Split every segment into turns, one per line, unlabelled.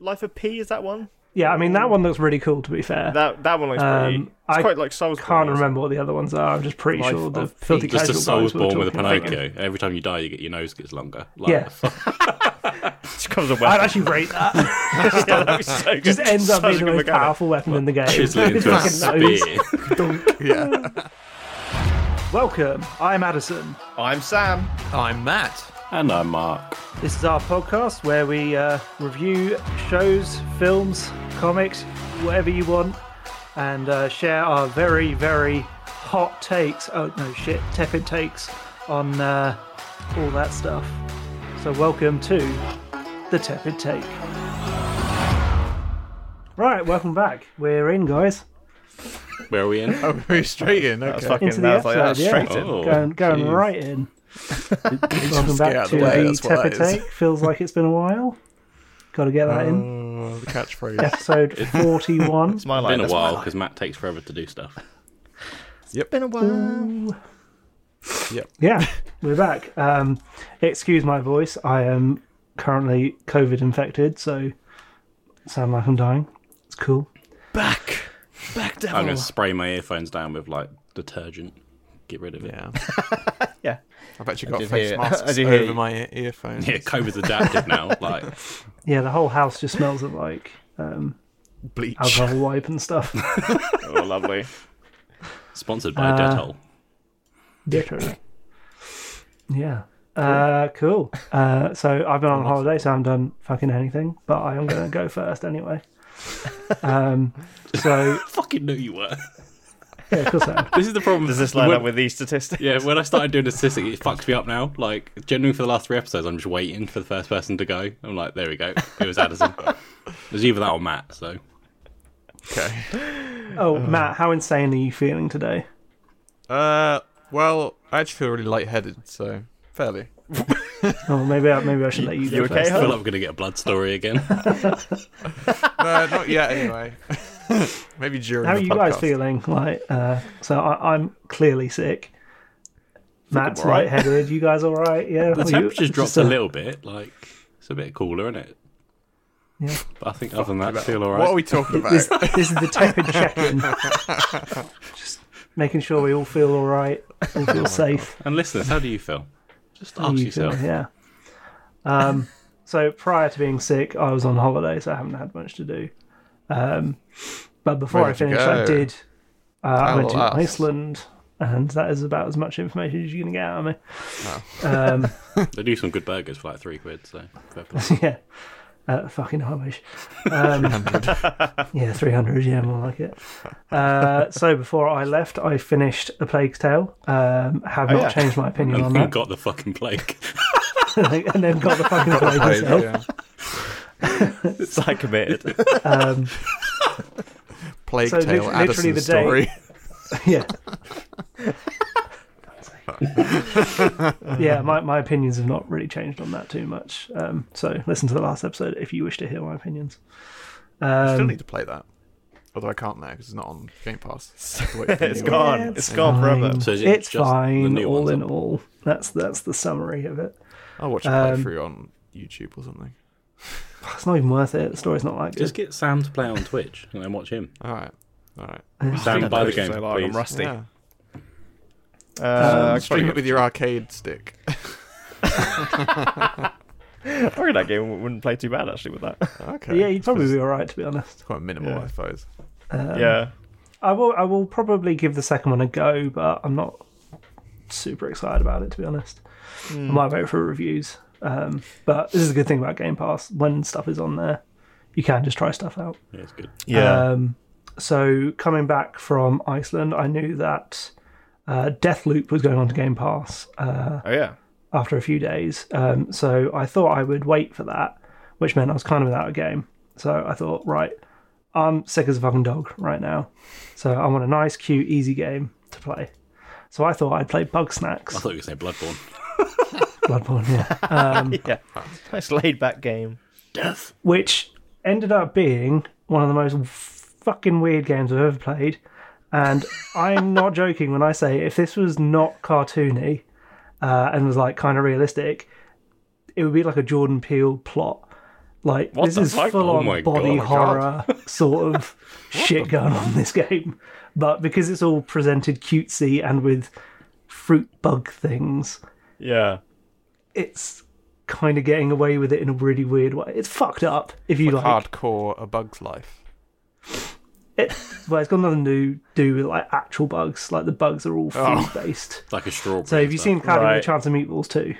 Life of P is that one?
Yeah, I mean
Um,
that one looks really cool. To be fair,
That that one looks pretty.
Um,
It's
I
quite like Souls.
can't remember what the other ones are. I'm just pretty
Life
sure the
of P.
filthy
Just
Just a
casual guys
soul's
were
born with a
talking about it.
Pinocchio. Every time you die, you get your nose gets longer. Like,
Yeah,
It comes a
I'd
weapon.
actually rate that.
yeah, that'd be so good.
Just ends up
Such
being
a
the most
good mechanic.
powerful weapon in the game.
Chisel it
His
into a
fucking nose.
spear.
yeah.
Welcome. I'm Addison.
I'm Sam.
I'm Matt.
and I'm Mark.
This is our podcast where we uh, review shows, films, comics, whatever you want, and uh, share our very, very hot takes. Oh no, shit, tepid takes on uh, all that stuff. So welcome to the tepid take. Right, welcome back. We're in, guys.
Where are we in?
Oh, very straight in.
That's
Okay.
fucking.
Into the
that's like that's
episode, yeah.
straight in.
Oh,
going going
jeez.
right in. welcome
Just get out
back
of
to
the
the,
way, that's what
tepid
that is.
take. Feels like it's been a while. Got to get that in.
Oh, the catchphrase.
episode 41.
It's my life.
Been a
that's
while because Matt takes forever to do stuff.
Been a
Mm.
while.
yeah, we're back. Um, excuse my voice. I am currently COVID infected, so sound like I'm dying. It's cool.
Back. Back down.
I'm going to spray my earphones down with like detergent. Get rid of it.
Yeah.
Yeah.
I've actually got
do
face
hear- I
masks
do hear
over
you.
my ear- earphones.
Yeah, COVID's adapted now. Like,
Yeah, the whole house just smells of like um,
Bleach.
alcohol wipe and stuff.
Oh, lovely.
sponsored by
Uh,
Dettol.
Literally. Yeah. Uh, cool. Uh, so I've been on holiday, so I haven't done fucking anything, but I am going to go first anyway. Um, so,
Fucking knew you were.
yeah, of course I am.
This is the problem.
Does this line
When-
up with these statistics?
Yeah, when I started doing the statistic, it fucked me up now. Like, generally for the last three episodes, I'm just waiting for the first person to go. I'm like, there we go. It was Addison. it was either that or Matt. So
Okay.
Oh, Matt, how insane are you feeling today?
Uh, well, I actually feel really lightheaded, so fairly.
Oh, maybe I, maybe I should let you,
you
go
okay,
first.
I
huh?
feel like we're gonna get a blood story again.
No, Uh, not yet. Anyway. Maybe during.
How are
the
you guys
podcast.
feeling? Like, uh, so I, I'm clearly sick. Matt's
all right.
lightheaded. You guys all right? Yeah.
The
Well, Oh, you-
temperature's
it's
dropped
just
a little bit. Like, it's a bit cooler, isn't it?
Yeah.
But I think other than that, I feel alright.
What are we talking about?
This, this is the tepid check-in. just making sure we all feel all right, all feel safe.
And listeners, how do you feel? Just
How
Oh ask
you
yourself.
feel? Yeah. Um, so prior to being sick, I was on holiday, so I haven't had much to do. Um, but before
Where
I
did you
finished, I
go? Oh,
did. Uh, I
Tell
went to
us.
Iceland, and that is about as much information as you're going to get out of me. Um,
They do some good burgers for like three quid. So fair play.
yeah. Uh, fucking Amish. Um, yeah, 300, yeah, more like it. Uh, so before I left, I finished A Plague's Tale. Um, have not
yeah.
changed my opinion on
and
that.
got the fucking plague.
and then got the fucking plague
Right,
myself.
yeah.
It's like committed.
Um,
Plague
So
Tale
lit- literally
Addison
the day-
story.
yeah. yeah, my, my opinions have not really changed on that too much. Um, so listen to the last episode if you wish to hear my opinions.
I still
Um,
need to play that. Although I can't now because it's not on Game Pass.
it's gone.
Yeah,
it's gone forever.
So is it
it's
just the
fine,
new
all
ones
in
up?
all. That's that's the summary of it.
I'll watch a
Um,
playthrough on YouTube or something.
It's not even worth it. The story's not like
Just
it.
get Sam to play on Twitch and then watch him.
All right. All right.
Sam, buy the game,
So, like, I'm
please.
rusty.
Yeah.
Um,
Uh,
Stream it with your arcade stick.
I reckon that game wouldn't play too bad actually with that.
Okay.
Yeah, you'd probably be all right to be honest.
Quite minimal,
Yeah.
I suppose.
Um,
yeah.
I will. I will probably give the second one a go, but I'm not super excited about it to be honest. I might wait for reviews. Um, but this is a good thing about Game Pass. When stuff is on there, you can just try stuff out.
Yeah, it's good.
Yeah.
Um, so coming back from Iceland, I knew that uh, Deathloop was going on to Game Pass. Uh,
oh yeah.
after a few days. Um, so I thought I would wait for that, which meant I was kind of without a game. So I thought, right, I'm sick as a fucking dog right now. So I want a nice, cute, easy game to play. So I thought I'd play Bug
I
Snacks,
thought you were saying Bloodborne.
Bloodborne, yeah,
yeah. Nice laid back game.
Death.
which ended up being one of the most fucking weird games I've ever played. And I'm not joking when I say if this was not cartoony uh, and was like kind of realistic, it would be like a Jordan Peele plot. Like
What
this
the
is
fuck?
full
Oh
on
my God.
body
Oh my
horror sort of shit going on in this game. But because it's all presented cutesy and with fruit bug things,
Yeah.
it's kind of getting away with it in a really weird way. It's fucked up if you like.
Hardcore A Bug's Life.
It, but it's got nothing to do with like actual bugs. Like the bugs are all food
Oh.
based.
It's like a strawberry.
So have you
but-
seen Cloudy with
Right.
a Chance of Meatballs too?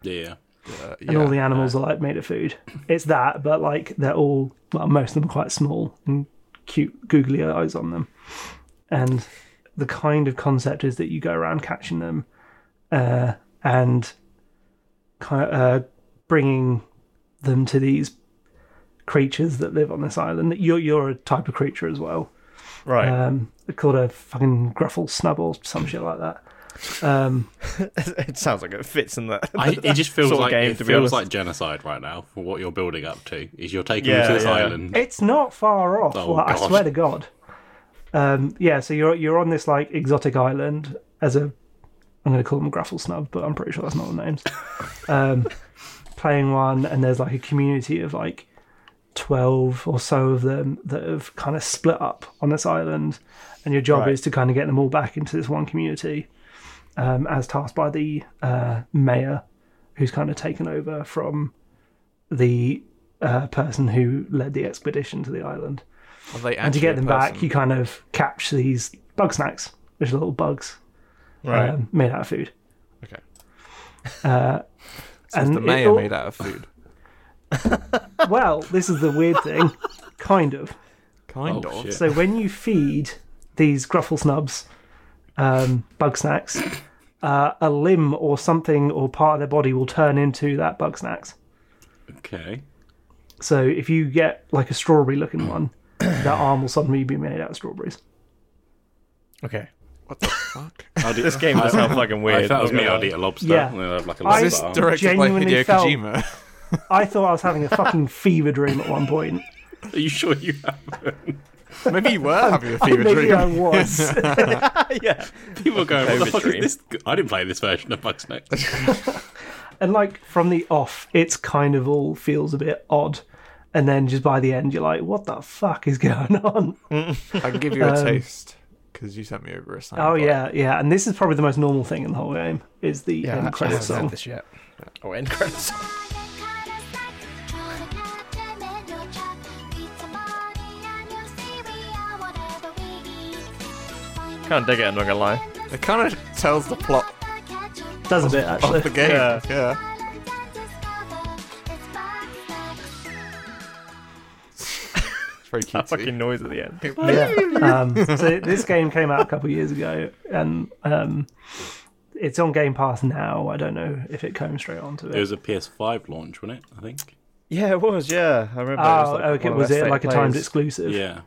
Yeah, yeah.
Uh,
and all the animals are like made of food. It's that, but like they're all well, most of them are quite small and cute googly eyes on them. And the kind of concept is that you go around catching them uh, and kind uh, bringing them to these creatures that live on this island. You're you're a type of creature as well
Right.
um, called a fucking gruffle snub or some shit like that. Um,
it sounds like it fits in
uh,
that.
I, it just feels
Sort of
like
game,
it
to be
feels
honest.
like genocide right now for what you're building up to. Is you're taking
Yeah,
them to this
yeah.
island.
It's not far off.
Oh,
like, I
God.
swear to God. Um, yeah, so you're you're on this like exotic island as a, I'm going to call them Graffle Snub, but I'm pretty sure that's not the names. um, playing one, and there's like a community of like twelve or so of them that have kind of split up on this island, and your job
Right.
is to kind of get them all back into this one community, um, as tasked by the uh, mayor, who's kind of taken over from the uh, person who led the expedition to the island.
Are they
And to get them back, you kind of catch these bug snacks, which are little bugs
right.
um, made out of food.
Okay.
and
the
it
mayor
all-
made out of food.
well, this is the weird thing, kind of.
Kind
Oh,
of.
shit.
So when you feed these gruffle snubs, um, bug snacks, uh, a limb or something or part of their body will turn into that bug snacks.
Okay.
So if you get like a strawberry looking one, that arm will suddenly be made out of strawberries.
Okay.
What the fuck?
I'd eat-
This game does sound fucking weird.
if that was
Look
me,
at
I'd eat a lobster.
Yeah.
And then I'd have like a
I-
lobster.
Is this
arm.
directed by
genuinely
Hideo
felt-
Kojima?
I thought I was having a fucking fever dream at one point.
Are you sure you have?
Maybe you were having a fever
Maybe
dream.
I was.
that. yeah.
People are going, what the
COVID
fuck
dream.
is this? I didn't play this version of Bugsnax.
and like from the off, it's kind of all feels a bit odd. And then just by the end, you're like, what the fuck is going on?
I can give you a taste because you sent me over a sign.
um, Oh, yeah, yeah. And this is probably the most normal thing in the whole game is the
Yeah, actually,
end
I haven't
credit song.
said this yet. Oh, end credits. Can't dig it, I'm not gonna lie.
It kind of tells the plot
Does a bit, actually.
of the game.
Yeah.
Yeah. It's very
That
cute.
fucking noise at the end.
um, so this game came out a couple of years ago, and um, it's on Game Pass now. I don't know if it came straight onto
It
it.
was a PS5 launch, wasn't it? I think.
Yeah, it was. Yeah, I remember. it was
Oh,
like
okay.
one of
Was
the
it
best
like a
state
timed
plays.
exclusive?
Yeah.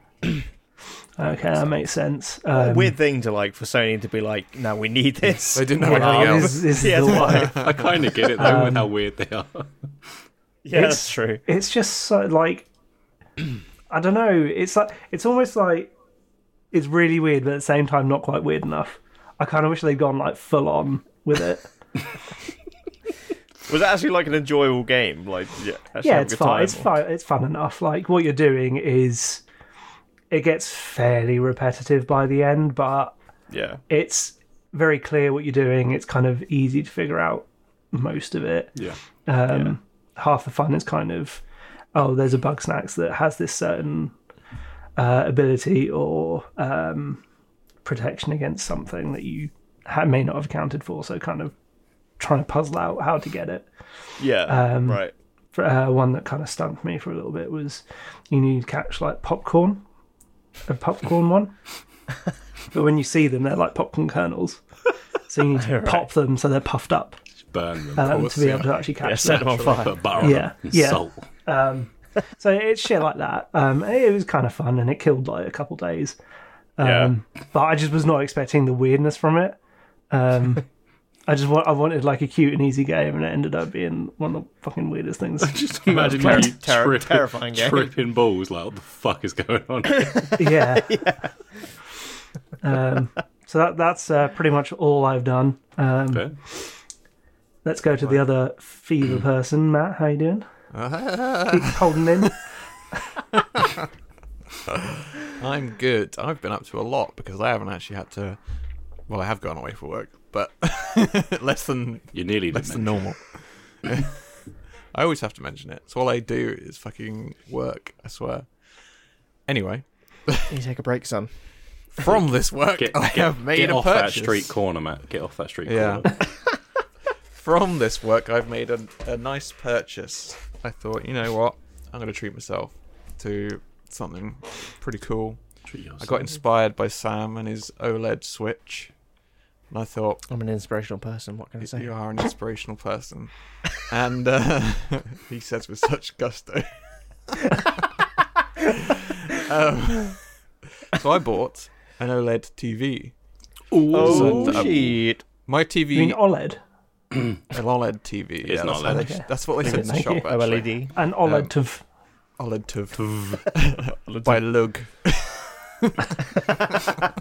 Okay, that makes sense. Um,
Weird thing to like for Sony to be like, no, we need this.
They didn't know
Well,
anything
well,
else.
this, this is
Yeah,
the
it's
one.
I kind of get it though with how weird they are.
Yeah,
It's-
that's true.
it's just so like I don't know. It's like it's almost like it's really weird, but at the same time not quite weird enough. I kind of wish they'd gone like full on with it.
Was it actually like an enjoyable game? Like, yeah, actually
yeah,
have a
it's
good
fun.
time,
It's
or-
fun. It's fun enough. Like what you're doing is it gets fairly repetitive by the end, but
Yeah,
it's very clear what you're doing. It's kind of easy to figure out most of it.
Yeah.
Um, Half the fun is kind of, oh, there's a bug snacks that has this certain uh, ability or um, protection against something that you ha- may not have accounted for. So kind of trying to puzzle out how to get it.
yeah, right.
For, uh, one that kind of stumped me for a little bit was you need to catch like popcorn, a popcorn one. but when you see them, they're like popcorn kernels. So you need to pop them so they're puffed up
Just burn them.
um,
course,
to be
yeah.
able to actually catch
Yeah,
them.
set them on fire.
Put butter on
Yeah,
them and
yeah.
salt.
So it's shit like that. Um, it was kind of fun and it killed like a couple days.
Yeah,
Um,
But I just was not expecting the weirdness from it. Um, I just want, I wanted like a cute and easy game, and it ended up being one of the fucking weirdest things.
Just imagine
Terri-
you
terri-
trip-
terrifying game.
tripping balls. Like, what the fuck is going on?
yeah. Um, so that that's uh, pretty much all I've done. Um,
Fair.
let's go to the other fever person, Matt. How you doing?
Keep holding in.
I'm good. I've been up to a lot because I haven't actually had to. Well, I have gone away for work, but less than
You nearly did.
less than
mention.
normal. I always have to mention it. So all I do is fucking work. I swear. Anyway,
You take a break, son.
from this work,
Get,
I
get-
have made
get
a
off
purchase.
that street corner, Matt. Get off that street
Yeah.
corner.
from this work, I've made a, a nice purchase. I thought, you know what? I'm going to treat myself to something pretty cool.
Treat
I
yourself.
got inspired by Sam and his OLED Switch. And I thought,
I'm an inspirational person. What can I say?
you are an inspirational person. And uh, he says with such gusto. um, so I bought an E OLED TV.
Oh,
So, um,
shit.
My
You mean E
TV,
OLED?
an E OLED TV.
It's
yeah,
not
that's,
E
how
OLED.
they, that's what they said in the
Thank you.
shop.
Oh,
E
Actually. E
OLED.
An
Um,
OLED of
OLED TV by Lug.
um,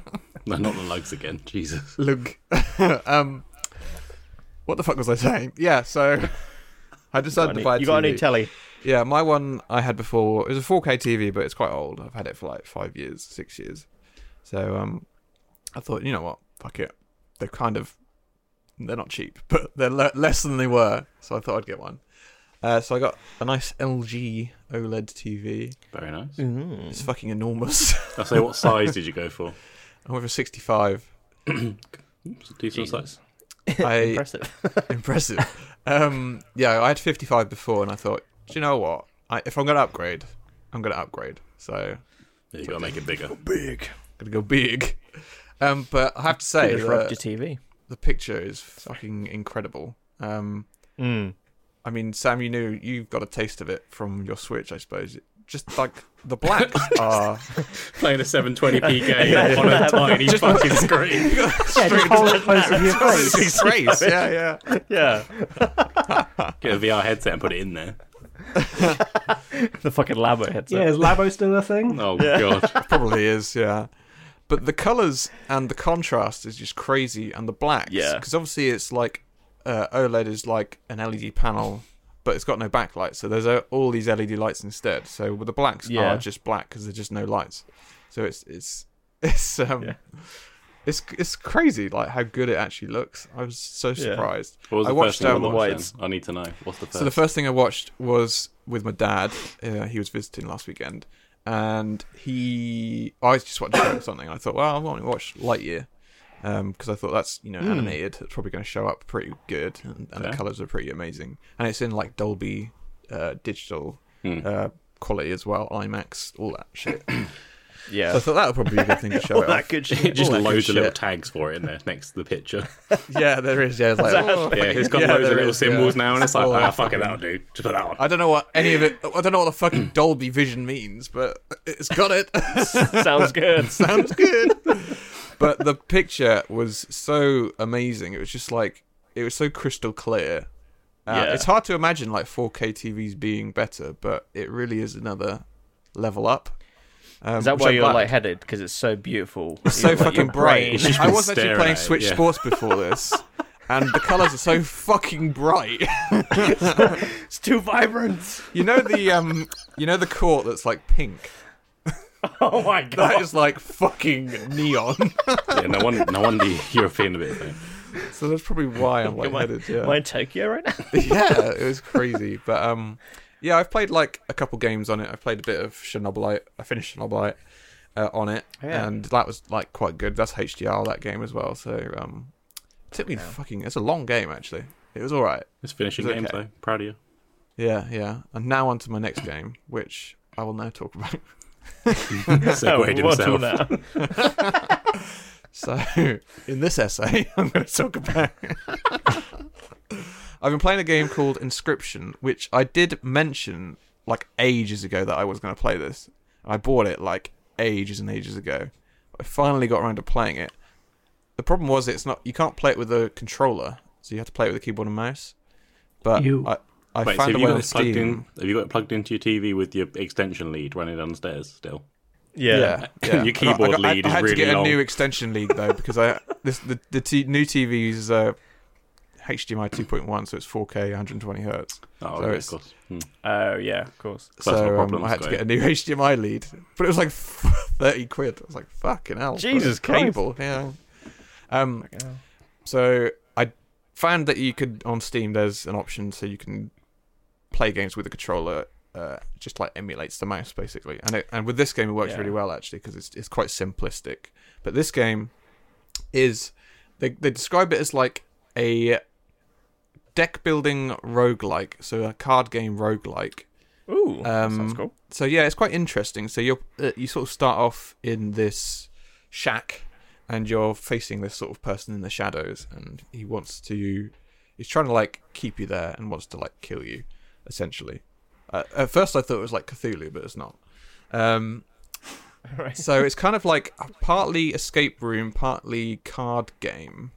No, not the lugs again. Jesus.
Lug. um, what the fuck was I saying? Yeah, so I decided to buy. a
You got a new
TV.
telly.
Yeah, my one I had before it was a 4K TV, but it's quite old. I've had it for like five years, six years. So um, I thought, you know what, fuck it. They're kind of they're not cheap, but they're le- less than they were. So I thought I'd get one. Uh, so I got a nice LG OLED TV.
Very nice.
Mm.
It's fucking enormous.
I say, what size did you go for?
I'm over 65.
It's a decent size.
I
Impressive.
impressive. um, yeah, I had 55 before, and I thought, do you know what? I, if I'm gonna upgrade, I'm gonna upgrade. So
Yeah, you got to make it bigger.
big, gonna go big. Um, but I uh, have to say,
Just rubbed
the,
your TV.
the picture is fucking incredible. Um,
Mm.
I mean, Sam, you knew you've got a taste of it from your Switch, I suppose. Just like the blacks are
Playing a 720p game on a tiny fucking screen.
yeah, just hold it close to your face.
It's race, yeah, yeah.
Yeah.
Get a VR headset and put it in there.
The fucking Labo headset.
Yeah, is Labo still a thing?
Oh god.
Probably is, yeah. But the colours and the contrast is just crazy, and the blacks.
Yeah.
Because obviously it's like uh, OLED is like an LED panel, but it's got no backlight, so there's uh, all these LED lights instead. So the blacks
Yeah.
are just black because there's just no lights. So it's it's it's um.
Yeah.
It's, it's crazy like how good it actually looks. I was so surprised.
What was
I
the
watched
first thing
um,
you
um,
watched? then? I need to know. What's the first?
so the first thing I watched was with my dad. Uh, he was visiting last weekend, and he I just wanted to show him something. I thought, well, I want to watch Lightyear because I thought that's you know animated. It's probably going to show up pretty good, and, and the
Hmm. Fair.
colors are pretty amazing, and it's in like Dolby uh, digital
Hmm.
uh, quality as well, IMAX, all that shit. so I
Yeah.
thought that would probably be a good thing to show
All
it
that
off.
good
It
shit.
just
All that good
loads of little
shit.
tags for it in there next to the picture.
Yeah, there is. Yeah, it's like, oh,
Yeah, it's got
Yeah,
loads
there
of little
is,
symbols
yeah.
now, and it's like,
All
ah,
that
fuck it, that'll do. Just put that on.
I don't know what any of it. I don't know what the fucking Dolby Vision means, but it's got it.
Sounds good.
sounds good. but the picture was so amazing. It was just like it was so crystal clear. Uh,
Yeah.
It's hard to imagine like 4K TVs being better, but it really is another level up. Um,
Is that
which
why
I'm
you're
glad-
lightheaded? Because it's so beautiful.
so
You're like,
fucking
your
bright?
It's just
I
been
was actually
staring
playing
at it,
Switch
yeah.
Sports before this, and the colours are so fucking bright.
It's too vibrant.
You know the um, you know the court that's like pink.
Oh my
That
god.
is like fucking neon.
Yeah, no one, no wonder you're a fan of it. though.
so that's probably why I'm
Am I,
lightheaded. Yeah.
am I in Tokyo right now?
yeah, it was crazy. But um, yeah, I've played like a couple games on it. I've played a bit of Chernobylite. I finished Chernobylite uh, on it,
Yeah.
and that was like quite good. That's HDR that game as well. So um, it took me fucking. It's a long game actually. It was all right.
It's finishing
It's
games
okay.
though. Proud of you.
Yeah, yeah. And now on to my next game, which I will now talk about.
Segwayed
What all
himself.
that?
So, in this essay, I'm going to talk about. I've been playing a game called Inscription, which I did mention like ages ago that I was going to play this. I bought it like ages and ages ago. I finally got around to playing it. The problem was it's not you can't play it with a controller, so you have to play it with a keyboard and mouse. But
You-
I, I
Wait, so
found
have
a
you
way
got
on
it plugged in?
Steam.
Have you got it plugged into your TV with your extension lead running downstairs still?
Yeah.
Your
yeah. I got- I
keyboard
got- I-
lead
I
is
had
really
to get
long.
a new extension lead though because I this the the t- new TV's uh, HDMI 2.1, so it's 4K, 120 hertz.
Oh,
So
okay,
it's-
of course. Hmm.
Oh yeah, of course.
That's my
so um,
problem,
I had to
Sky.
get a new HDMI lead, but it was like thirty quid. I was like, "Fucking hell!" for
Jesus Christ.
cable. Yeah. Um. So I found that you could on Steam. There's an option so you can play games with a controller. Uh, just like emulates the mouse basically, and it, and with this game it works
Yeah.
really well actually because it's it's quite simplistic. But this game is they they describe it as like a deck building roguelike, so a card game roguelike
Ooh, that
Um,
sounds cool.
so yeah, it's quite interesting. So you are uh, you sort of start off in this shack, and you're facing this sort of person in the shadows, and he wants to, he's trying to like keep you there and wants to like kill you, essentially. Uh, at first, I thought it was like Cthulhu, but it's not. Um,
Right.
So it's kind of like a partly escape room, partly card game.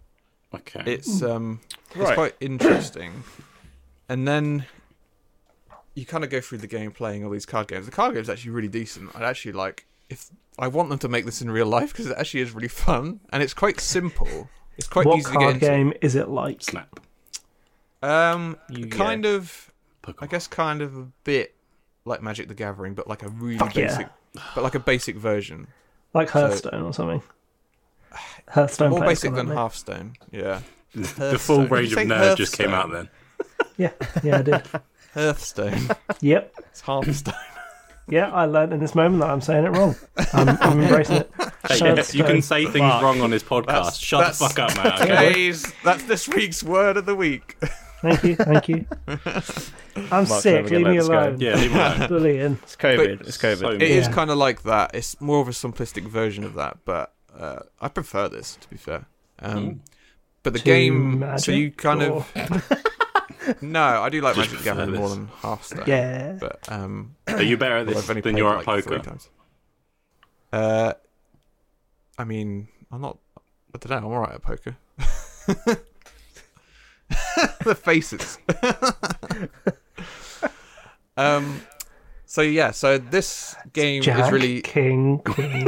Okay.
It's
Hmm.
um, it's
Right.
quite interesting. and then you kind of go through the game playing all these card games. The card game's actually really decent. I'd actually like if I want them to make this in real life because it actually is really fun and it's quite simple. It's quite
what
easy to get
card
into.
game is it like?
Snap.
Um,
Yu-Gi-Oh.
kind of,
Pokemon.
I guess, kind of a bit like Magic the Gathering, but like a really
Fuck yeah.
basic, but like a basic version.
Like Hearthstone or something. Hearthstone.
More
players
basic
call
than
that,
Hearthstone. Yeah,
The full
Hearthstone.
range
Did
of
you say
nerd just came out
Hearthstone?
then.
mate. Yeah, yeah, I did.
Hearthstone.
yep.
It's Hearthstone.
Yeah, I learned in this moment that I'm saying it wrong. I'm, I'm embracing it.
Hey, yes, you can say things wrong on this podcast. Shut
that's-
the fuck up, man. Okay.
Guys, that's this week's word of the week.
Thank you, thank you. I'm sick.
never gonna let
Leave me
this go.
alone.
yeah, leave me alone.
Bullying.
It's COVID. It's COVID.
So
It is
Yeah.
kind of like that. It's more of a simplistic version of that, but uh, I prefer this to be fair. Um, But the
Hmm. To
game, so
Magic
you kind of no, I do like
Just
Magic
prefer
Gathering more
this.
than Hearthstone.
Yeah.
but um,
Are you better at
well,
this
I've only
than
played
you're
it,
at
like, three
poker?
times. Uh, I mean, I'm not. I don't know. I'm alright at poker. the faces. um. So yeah. So this game
Jack,
is really
king, queen.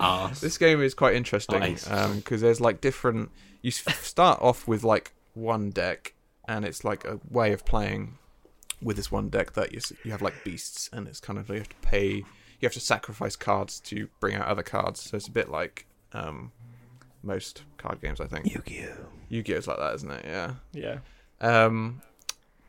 Ah,
this game is quite interesting
Nice.
because there's like different. You s- start off with like one deck, and it's like a way of playing with this one deck that you s- you have like beasts, and it's kind of you have to pay, you have to sacrifice cards to bring out other cards. So it's a bit like um, most card games, I think.
Yu-Gi-Oh.
Yu-Gi-Oh is like that, isn't it? Yeah.
Yeah.
Um,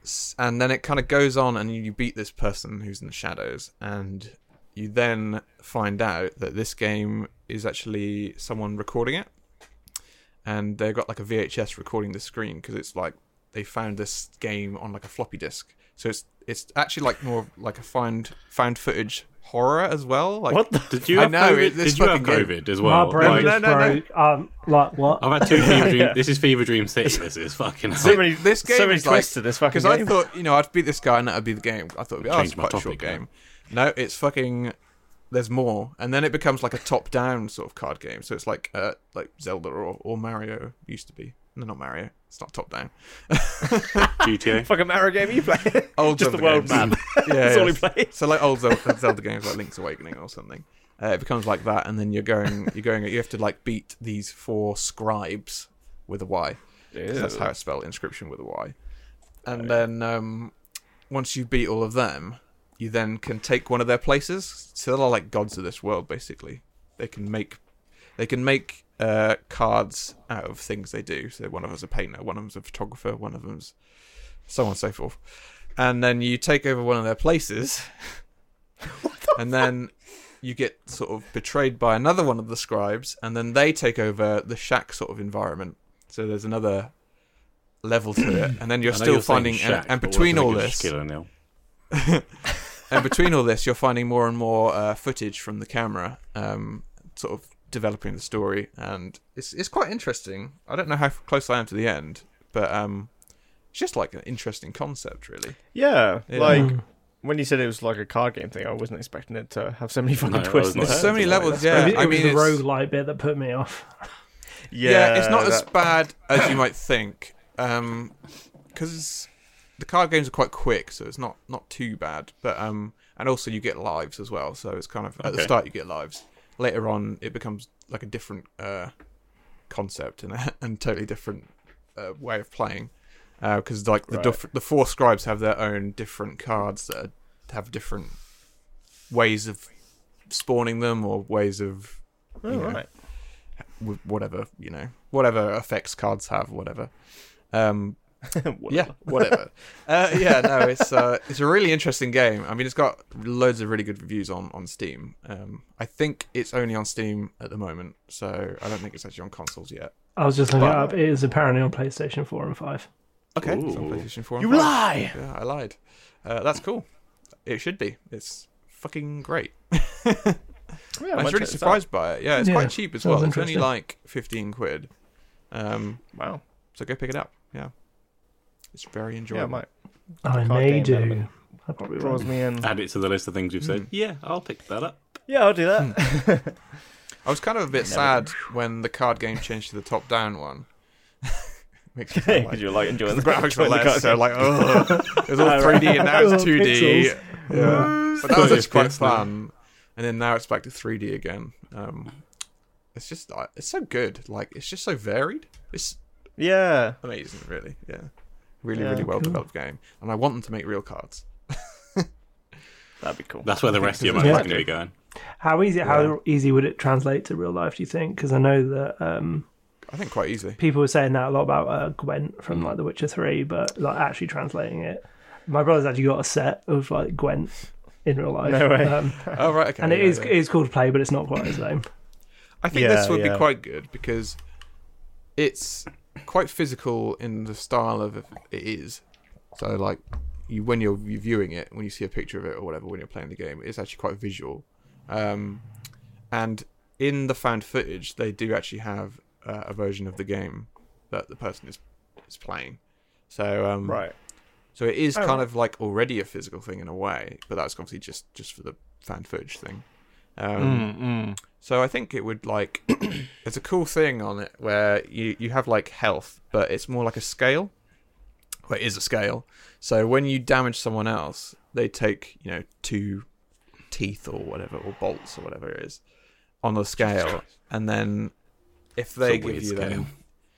s- and then it kind of goes on, and you beat this person who's in the shadows, and you then find out that this game is actually someone recording it, and they've got like a VHS recording the screen because it's like they found this game on like a floppy disk, so it's it's actually like more of like a find found footage horror as well. Like,
What the?
Did you
I
have
know,
COVID?
it- this
Did you have
fucking
COVID as
My
well?
brain
Like,
No,
just
no, no.
broke. Um, like what?
I've had two fever dream.
Yeah.
This is fever dream city. This is fucking.
So
hell.
many,
this game
so many
is
twists
like-
to this fucking
Because I
game.
thought, you know, I'd beat this guy and that'd be the game. I thought it'd be oh,
Change
it's
my
quite a
topic
short
now.
game. No, it's fucking. There's more, and then it becomes like a top-down sort of card game. So it's like uh, like Zelda or, or Mario used to be. No, not Mario. It's not top-down.
GTA.
Fucking Mario game you play.
Old
Just
Zelda
the world
games.
map.
yeah,
That's
yeah.
all he plays.
So like old Zelda, Zelda games like Link's Awakening or something. Uh, it becomes like that, and then you're going, you're going, you have to like beat these four scribes with a Y. 'cause that's how it's spelled inscription with a y and then um, once you beat all of them you then can take one of their places so they're like gods of this world basically they can make they can make uh, cards out of things they do so one of them's a painter one of them's a photographer one of them's so on and so forth and then you take over one of their places and then you get sort of betrayed by another one of the scribes and then they take over the shack sort of environment so there's another level to it and then you're
I know
still
you're saying
finding
Shaq,
and, and
but
between all
wasn't it
this
Shaquille O'Neal?
and between all this, you're finding more and more uh, footage from the camera, um, sort of developing the story, and it's it's quite interesting. I don't know how close I am to the end, but um, it's just like an interesting concept, really.
Yeah,
Yeah.
like when you said it was like a card game thing, I wasn't expecting it to have so many fucking
No, I
twists.
wasn't.
and
There's
so
turns
many
and like
levels,
that.
yeah.
It- it
I
was
mean,
the
it's-
roguelite bit that put me off.
Yeah,
Yeah, it's not as
that-
bad as you might think, um, because the card games are quite quick, so it's not not too bad. But um, and also you get lives as well, so it's kind of at the
Okay.
start you get lives. Later on, it becomes like a different uh concept and and totally different uh, way of playing. Because like the
Right.
diff- the four scribes have their own different cards that are, have different ways of spawning them or ways of
Oh,
Yeah.
right.
with whatever you know whatever effects cards have whatever um yeah whatever uh yeah no it's uh it's a really interesting game i mean it's got loads of really good reviews on on steam um i think it's only on steam at the moment so i don't think it's actually on consoles yet
I was just looking it
But-
up. It is apparently on PlayStation 4 and 5.
okay it's on
Ooh.
playstation 4 and
You
5.
lie!
yeah i lied uh that's cool it should be it's fucking great
Yeah,
i
might
was really
check this
surprised by it yeah it's
Yeah,
quite cheap as
sounds
well it's only
interesting.
like 15 quid um
out. Wow.
So go pick it up. Yeah. It's very
Yeah, I
enjoyable.
might.
I
card
may
game
do.
element.
I probably will.
Draws me in.
Add it to the list of things we've said. Yeah, I'll pick that up.
Yeah, I'll do that.
I was kind of a bit sad when the card game changed to the top down one. Makes me feel like-
Because you're like oh. enjoying the,
the graphics were
enjoying the
less, so
cartoon.
like, ugh. it was all 3D and now it's 2D.
pixels.
Yeah. But that was
Yeah,
actually quite
it's now.
fun. And then now it's back to 3D again. Um, it's just, uh, it's so good. Like, it's just so varied. It's
Yeah.
amazing, really. Yeah. Really,
Yeah.
really well developed game. And I want them to make real cards.
That'd be cool.
That's where the rest of your
Yeah.
money's going to be going.
How easy? How easy would it translate to real life? Do you think? Because I know that um,
I think quite easily.
people were saying that a lot about uh, Gwent from like The Witcher Three, but like actually translating it, my brother's actually got a set of like Gwent in real life,
No way.
Um,
Oh, right. Okay.
and it
yeah,
is
yeah.
it's cool to play, but it's not quite the same.
I think
Yeah,
this would
yeah.
be quite good because it's quite physical in the style of it is. So like you when you're viewing it, when you see a picture of it or whatever, when you're playing the game, it's actually quite visual. Um, and in the found footage, they do actually have uh, a version of the game that the person is is playing. So um,
Right. Oh.
so it is kind of like already a physical thing in a way, but that's obviously just just for the fan footage thing.
Hmm.
Um, So I think it would like it's a cool thing on it where you you have like health, but it's more like a scale. Well, it is a scale. So when you damage someone else, they take you know two teeth or whatever or bolts or whatever it is on the scale, and then if
It's
they
a
give
weird
you
scale.
them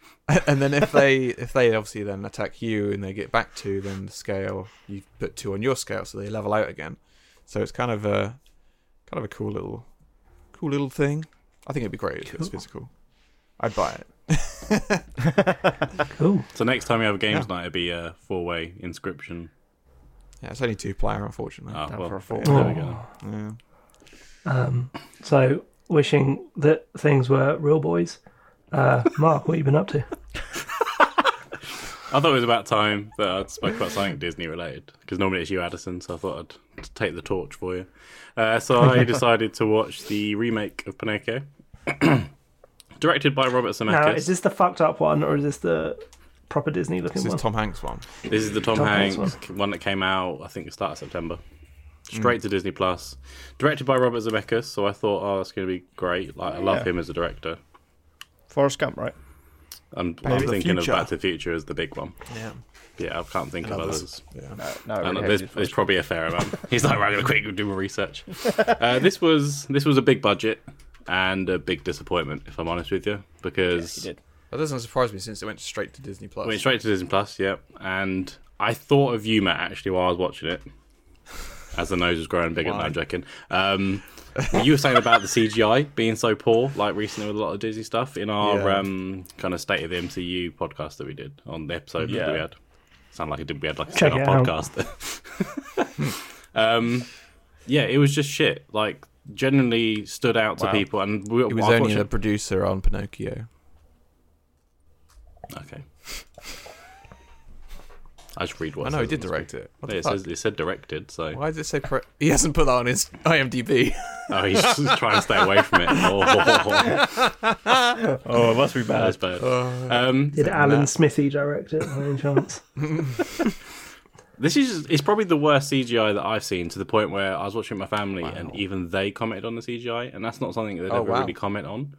and then if they if they obviously then attack you and they get back to then the scale you put two on your scale so they level out again so it's kind of a kind of a cool little cool little thing i think it'd be great if it's
Cool.
physical i'd buy it
Cool.
So next time we have a games
Yeah.
night, it'll be a four-way inscription.
yeah it's only two player unfortunately
Oh,
Down
well,
for a four.
there we go.
yeah.
Um, so wishing that things were real boys. Uh, Mark, what you been up to?
I thought it was about time that I spoke about something Disney related because normally it's you, Addison. So I thought I'd take the torch for you. Uh, so I decided to watch the remake of Pinocchio, directed by Robert
Now,
Zemeckis.
is this the fucked up one, or is this the proper Disney looking
this
one?
is tom hanks one
This is the Tom,
Tom Hanks
Hanks, one that came out, I think, the start of September. Straight to Disney Plus, directed by Robert Zemeckis. So I thought, oh, that's going to be great. Like, I love
Yeah.
him as a director.
Forrest Gump, right?
I'm,
to
I'm
the
thinking of
Future.
Back to the Future as the big one.
yeah
Yeah, I can't think of others.
No, no. really
And there's,
hated
there's
Forrest
probably a fair amount. He's like, right, I'm gonna quick do my research. Uh, this was this was a big budget and a big disappointment, if I'm honest with you,
Gump. He
because
did.
that doesn't surprise me since it went straight to disney plus
I went straight to Disney Plus. Yep, and I thought of you, Matt, actually, while I was watching it, as the nose was growing bigger. No,
Why?
I'm joking. Um, you were saying about the CGI being so poor, like recently with a lot of Disney stuff in our
Yeah.
um, kind of state of the MCU podcast that we did on the episode that
Yeah.
we had. Sound like it did. We had like a
Check
spin-off
it out.
podcast. um, yeah, it was just shit. Like genuinely stood out to
Wow.
people, and we,
it was only the producer on pinocchio
okay. I just read what.
i
it
know he
says
did
on the
direct it what
Yeah,
the
it says,
fuck?
it said directed, so
why does it say pro- he hasn't put that on his imdb
oh, he's just trying to stay away from it. Oh,
Oh, it must be
that is
bad.
bad.
Uh,
Um,
Did Alan
that.
Smithy direct it by any chance?
this is it's probably the worst CGI that I've seen to the point where I was watching with my family and even they commented on the CGI, and that's not something that they
Oh,
ever
wow.
really comment on.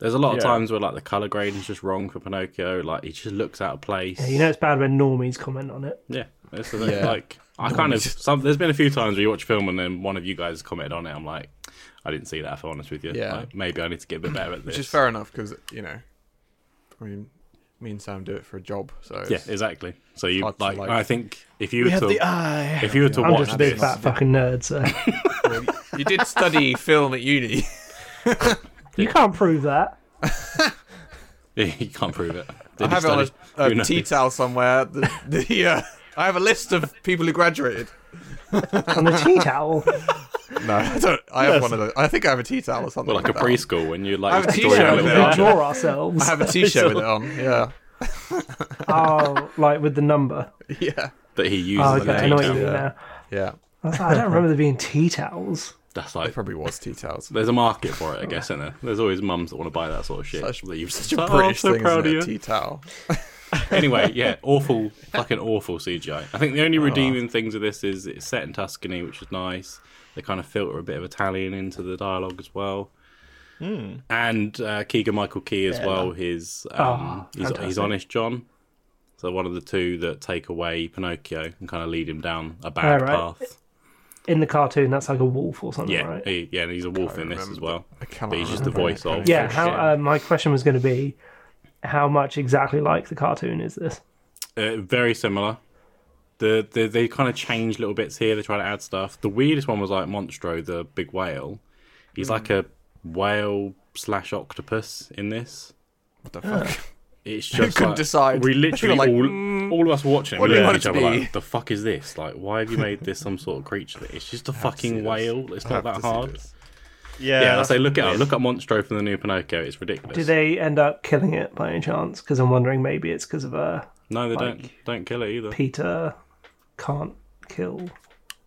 There's a lot of
Yeah.
times where like the color grading is just wrong for Pinocchio, like he just looks out of place.
Yeah, you know it's bad when normies comment on it.
Yeah, that's the thing.
Yeah.
Like I kind of some, there's been a few times where you watch a film and then one of you guys commented on it. I'm like, I didn't see that. If I'm honest with you,
Yeah.
Like, maybe I need to get a bit better at this.
Which is fair enough because you know I mean, me and Sam do it for a job, so
Yeah,
it's-
exactly. So you
hard
like,
to, like-
I think if you
We
were
have
to
uh,
the eye.
if you were to
I'm
I'm
watch
just a big
this,
fat fucking nerd, so
you did study film at uni.
you can't prove that.
you can't prove it.
I
Did you
have it on
study?
a,
Who
a
knows?
tea towel somewhere. The, the, uh, I have a list of people who graduated.
On a tea towel.
No, I don't. I have one of those. I think I have a tea towel or something.
Well, like a
that.
preschool when you
I have
like
a
draw
t-shirt
your own
with
we
it
little
on.
picture.
ignore
I
ourselves.
have a t-shirt with it on. Yeah,
Oh, like with the number.
yeah,
that he uses.
Oh,
in
okay,
the
I know what you
detail.
mean
Yeah.
now.
yeah.
I, was like, I don't remember there being tea towels.
That's
It
like
probably was tea towels.
there's a market for it, I guess. Isn't there? There's always mums that want to buy that sort of shit.
Such,
that you've
such a
Oh, I'm
British
so
thing,
proud
isn't
of
it? Tea towel.
anyway, yeah, awful, fucking awful CGI. I think the only redeeming things of this is it's set in Tuscany, which is nice. They kind of filter a bit of Italian into the dialogue as well. And uh, Keegan Michael Key as well. His um,
Oh,
he's, he's
fantastic.
honest John. So one of the two that take away Pinocchio and kind of lead him down a
All
bad
right.
path.
In the cartoon, that's like a wolf or something,
Yeah,
right?
he- yeah, and he's a wolf in this as well.
I cannot
But he's just the
remember
voice
anything.
of
Yeah.
Oh,
How, uh, my question was going to be, how much exactly like the cartoon is this?
Uh, very similar. The, the they kind of change little bits here. They try to add stuff. The weirdest one was like Monstro, the big whale. He's like a whale slash octopus in this.
What the fuck?
It's just
couldn't
like,
decide.
We
They were
literally
like, mm,
all, all of us watching. it,
what
we
do you
looked at each
want it to
other
be?
like, the fuck is this? Like, why have you made this some sort of creature? that- It's just a
see
fucking
this.
whale. It's
have
not
to
that
see
hard.
this.
Yeah,
Yeah, I
that's-
say look at look at Monstro from the new Pinocchio. It's ridiculous.
Do they end up killing it by any chance? Because I'm wondering maybe it's because of uh,
no, they
like-
don't. Don't kill it either.
Peter can't kill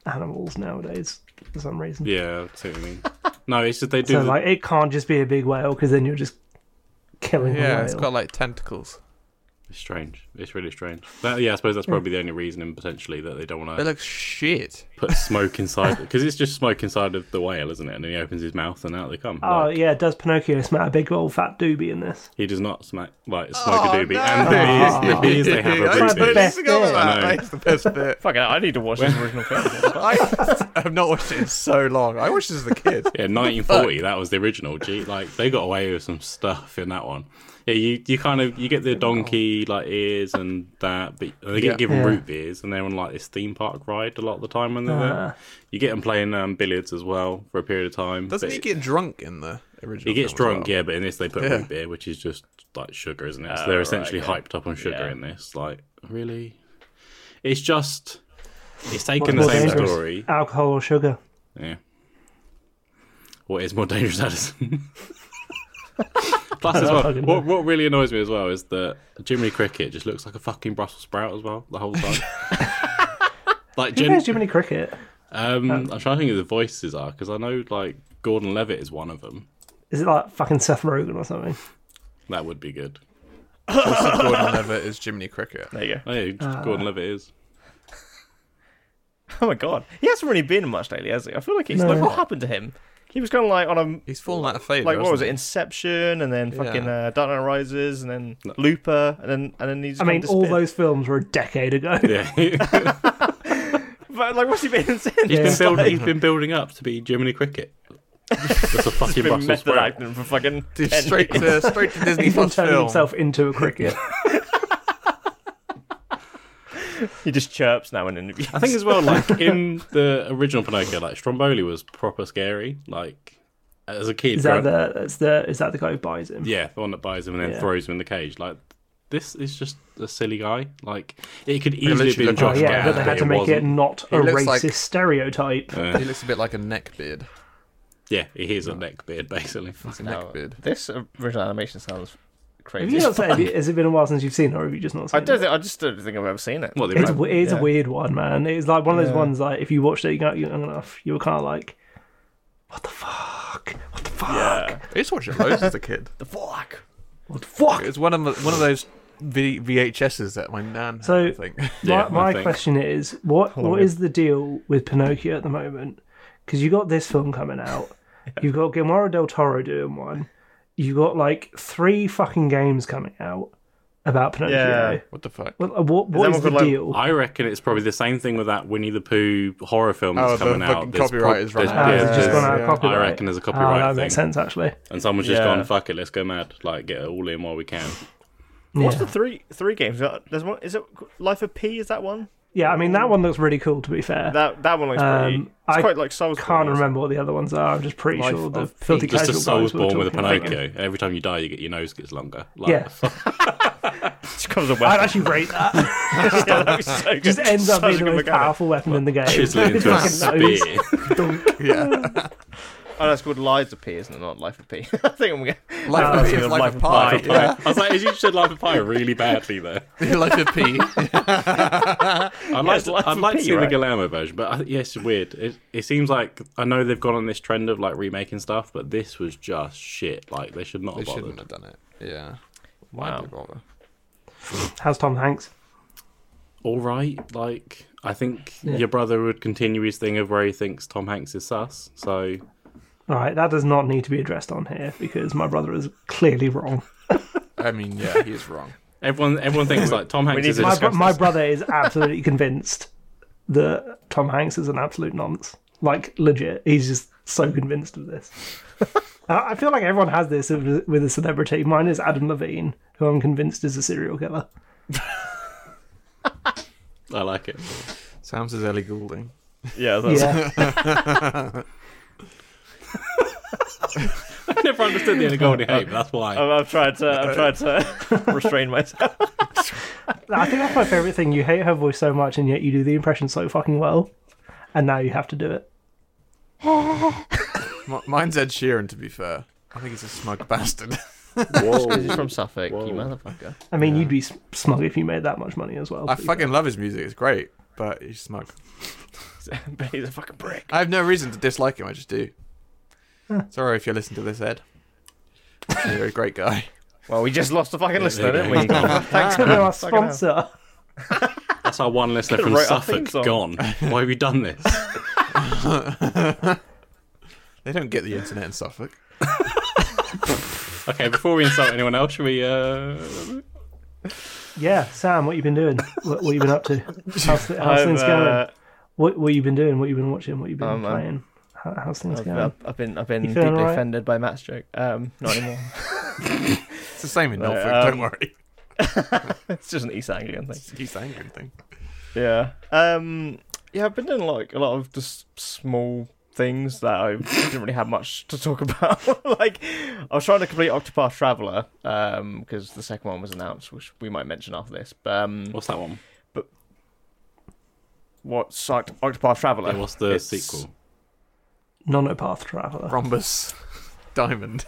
animals nowadays for some reason.
yeah, I see what you mean. No, it's just they do.
So
the-
like it can't just be a big whale because then you're just killing the
Yeah,
whale.
it's got like tentacles.
It's strange. It's really strange. But yeah, I suppose that's probably the only reasoning potentially that they don't want
It
to
looks shit.
put smoke inside because it's just smoke inside of the whale, isn't it? And then he opens his mouth and out they come.
oh
Like,
yeah, does Pinocchio smell a big old fat doobie in this?
He does not smack like smoke
Oh,
a doobie.
no.
And the beers, the beers they have
I
are
That's
completely
the
really big.
best
forgot
bit.
about
I know.
that. That's the best bit.
Fucking hell, I need to watch this original film.
I have not watched it in so long. I watched it as a kid.
Yeah, 1940. that was the original. Gee, like they got away with some stuff in that one. Yeah, you, you kind of you get the donkey like ears and that, but they
Yeah.
get given
Yeah.
root beers and they're on like this theme park ride a lot of the time when they're
Ah.
there. You get them playing um, billiards as well for a period of time.
Doesn't
but-
he get drunk in the original?
He gets
film
drunk,
as
yeah, but in this they put
Yeah.
root beer, which is just like sugar, isn't it? So they're essentially hyped up on sugar
Yeah.
in this. Like, really? It's just it's taken the
more
same
dangerous?
story.
Alcohol or sugar?
Yeah. What is more dangerous, Addison? Plus, as well,
Fucking
what, what really annoys me as well is that Jiminy Cricket just looks like a fucking Brussels sprout as well the whole time. like,
Who
gen-
knows Jiminy Cricket?
um, I'm trying to think who the voices are because I know like Gordon Levitt is one of them.
Is it like fucking Seth Rogen or something?
That would be good.
well. Gordon Levitt is Jiminy Cricket.
There you go.
Oh, yeah, Gordon Levitt is.
Oh my god, he hasn't really been much lately, has he? I feel like he's
No.
like what happened to him? He was kind of like on a
He's fallen out of favour.
like what was it,
hasn't
Inception, and then fucking uh, Dark Knight Rises, and then Looper, and then and then he's.
I mean, all those films were a decade ago.
Yeah, he's
But like, what's he been since?
been
He's
building. He's been building up to be Jiminy Cricket. That's a
been
fucking Brussels
method
sprout.
acting for fucking.
he? Dude,
10
straight to straight to Disney
He's been
Plus
turning
film.
himself into a cricket.
He just chirps now in interviews.
I think as well, like in the original Pinocchio, like Stromboli was proper scary. Like as a kid,
Is that
growing-
the that's the is that the guy who buys him?
yeah, the one that buys him and then
Yeah.
throws him in the cage. Like this is just a silly guy. Like it could easily
literally
have been
looked like
Oh,
Josh
a
yeah,
Gad,
but they
but
had to
it
make it
wasn't.
not a
looks
racist
like-
stereotype.
He looks a bit like a neckbeard.
Yeah, he is a neckbeard basically.
It's a neckbeard.
this original animation sounds
have
crazy.
you not said, have you- has it been a while since you've seen it, or have you just not
I
seen
don't.
it?
Think, I just don't think I've ever seen it.
What the
It's,
original-
w- it is
Yeah.
a weird one, man. It's like one of those
Yeah.
ones like if you watched it young, young enough, you were kind of like, what the fuck? What the fuck?
I used to watch it loads as a kid.
The fuck.
What the fuck?
It was one of the- one of those v- VHSs that my nan.
So-
had, I think.
Yeah,
my
I
my
think.
question is what what
on.
is the deal with Pinocchio at the moment? Because you got this film coming out, you've got Guillermo del Toro doing one, you've got like three fucking games coming out about Pinocchio.
Yeah.
what the fuck?
Well, uh, what what
that
is
one
the
called, like,
deal?
I reckon it's probably the same thing with that Winnie the Pooh horror film that's
Oh, the
coming
fucking
out. There's
copyright is
there's-
running
Ah,
out.
yeah,
it's just
there's-
gone out
yeah.
of copyright.
I reckon there's a
Ah,
copyright
that makes
thing.
sense actually.
And someone's just
Yeah.
gone, fuck it, let's go mad. Like, get it all in while we can.
What's
Yeah.
the three three games? Uh, There's one. Is it Life of P? Is that one?
Yeah, I mean that one looks really cool. To be fair,
That that one looks pretty.
Um,
It's
I
quite like Souls.
can't remember what the other ones are. I'm just pretty
Life
sure the
of P.
filthy
Just a
casual guys
soul's
were
born with a
talking about it.
Pinocchio. Every time you die, you get your nose gets longer. Like,
Yeah,
It comes away.
I'd actually rate that.
so
It just
good.
ends up
Such
being
a
the
good
most
mechanic.
powerful weapon in the game.
Chisel it into a
Fucking nose.
spear.
yeah.
Oh, that's called Lies of P, isn't it? Not Life of P. I think I'm gonna.
Life
that's
of P
good.
is life
Life
of pie.
of
Yeah.
I was like, is you said Life of Pi really badly there.
Life of P.
I like
it's Life
I
of
like
P,
seeing
right?
the Galamo version, but I, yeah, it's weird. It it seems like I know they've gone on this trend of like remaking stuff, but this was just shit. Like they should not
They
have
shouldn't
bothered.
have done it. Yeah.
Wow.
Why bother?
How's Tom Hanks?
All right, like I think
Yeah.
your brother would continue his thing of where he thinks Tom Hanks is sus. So
All right, that does not need to be addressed on here because my brother is clearly wrong.
I mean, yeah, he is wrong.
everyone everyone thinks like Tom Hanks
need
is
to
a
My, bro-
disgusting.
my brother is absolutely convinced that Tom Hanks is an absolute nonce. Like legit, he's just so convinced of this. I I feel like everyone has this with with a celebrity. Mine is Adam Levine, who I'm convinced is a serial killer.
I like it.
Sounds as Ellie Goulding.
Yeah, that's
Yeah,
I never understood the Oh. Golden Ape. That's why.
I'm, I'm trying to. I'm trying to restrain myself.
I think that's my favorite thing. You hate her voice so much, and yet you do the impression so fucking well, and now you have to do it.
M- mine's Ed Sheeran, to be fair. I think he's a smug bastard.
He's
Whoa.
from Suffolk,
Whoa.
you motherfucker.
I mean, you'd be s- smug if you made that much money as well.
I
but-
fucking love his music. It's great, but he's smug.
But he's a fucking prick.
I have no reason to dislike him. I just do. Sorry if you listen to this, Ed. I'm sure You're a great guy.
Well, we just lost a fucking listener,
there
didn't
you
we? Thanks,
Hello, our
Fucking hell.
sponsor.
That's our one listener from
Right, I think
Suffolk
so.
gone. Why have you done this?
They don't get the internet in Suffolk.
Okay, before we insult anyone else, should we? Uh...
Yeah, Sam, what you been doing? What, what you been up to? How's, th- how's
I've,
things
uh,
going? What what you been doing? What you been watching? What you been
Um, um,
playing? How, how's things
I've, uh,
going?
I've- I've been I've been
You feeling
deeply
alright?
offended by Matt's joke. Um, not anymore.
It's the same in
Right,
Norfolk.
um,
don't worry.
it's just an East Anglian thing.
It's the East Anglian thing.
Yeah. Um. Yeah, I've been doing like a lot of just small things that I didn't really have much to talk about. like, I was trying to complete Octopath Traveler um because the second one was announced, which we might mention after this. But um,
What's that one?
what sucked Octopath Traveler?
Yeah, what's the
It's-
sequel?
Nonopath Traveler.
Rhombus, diamond,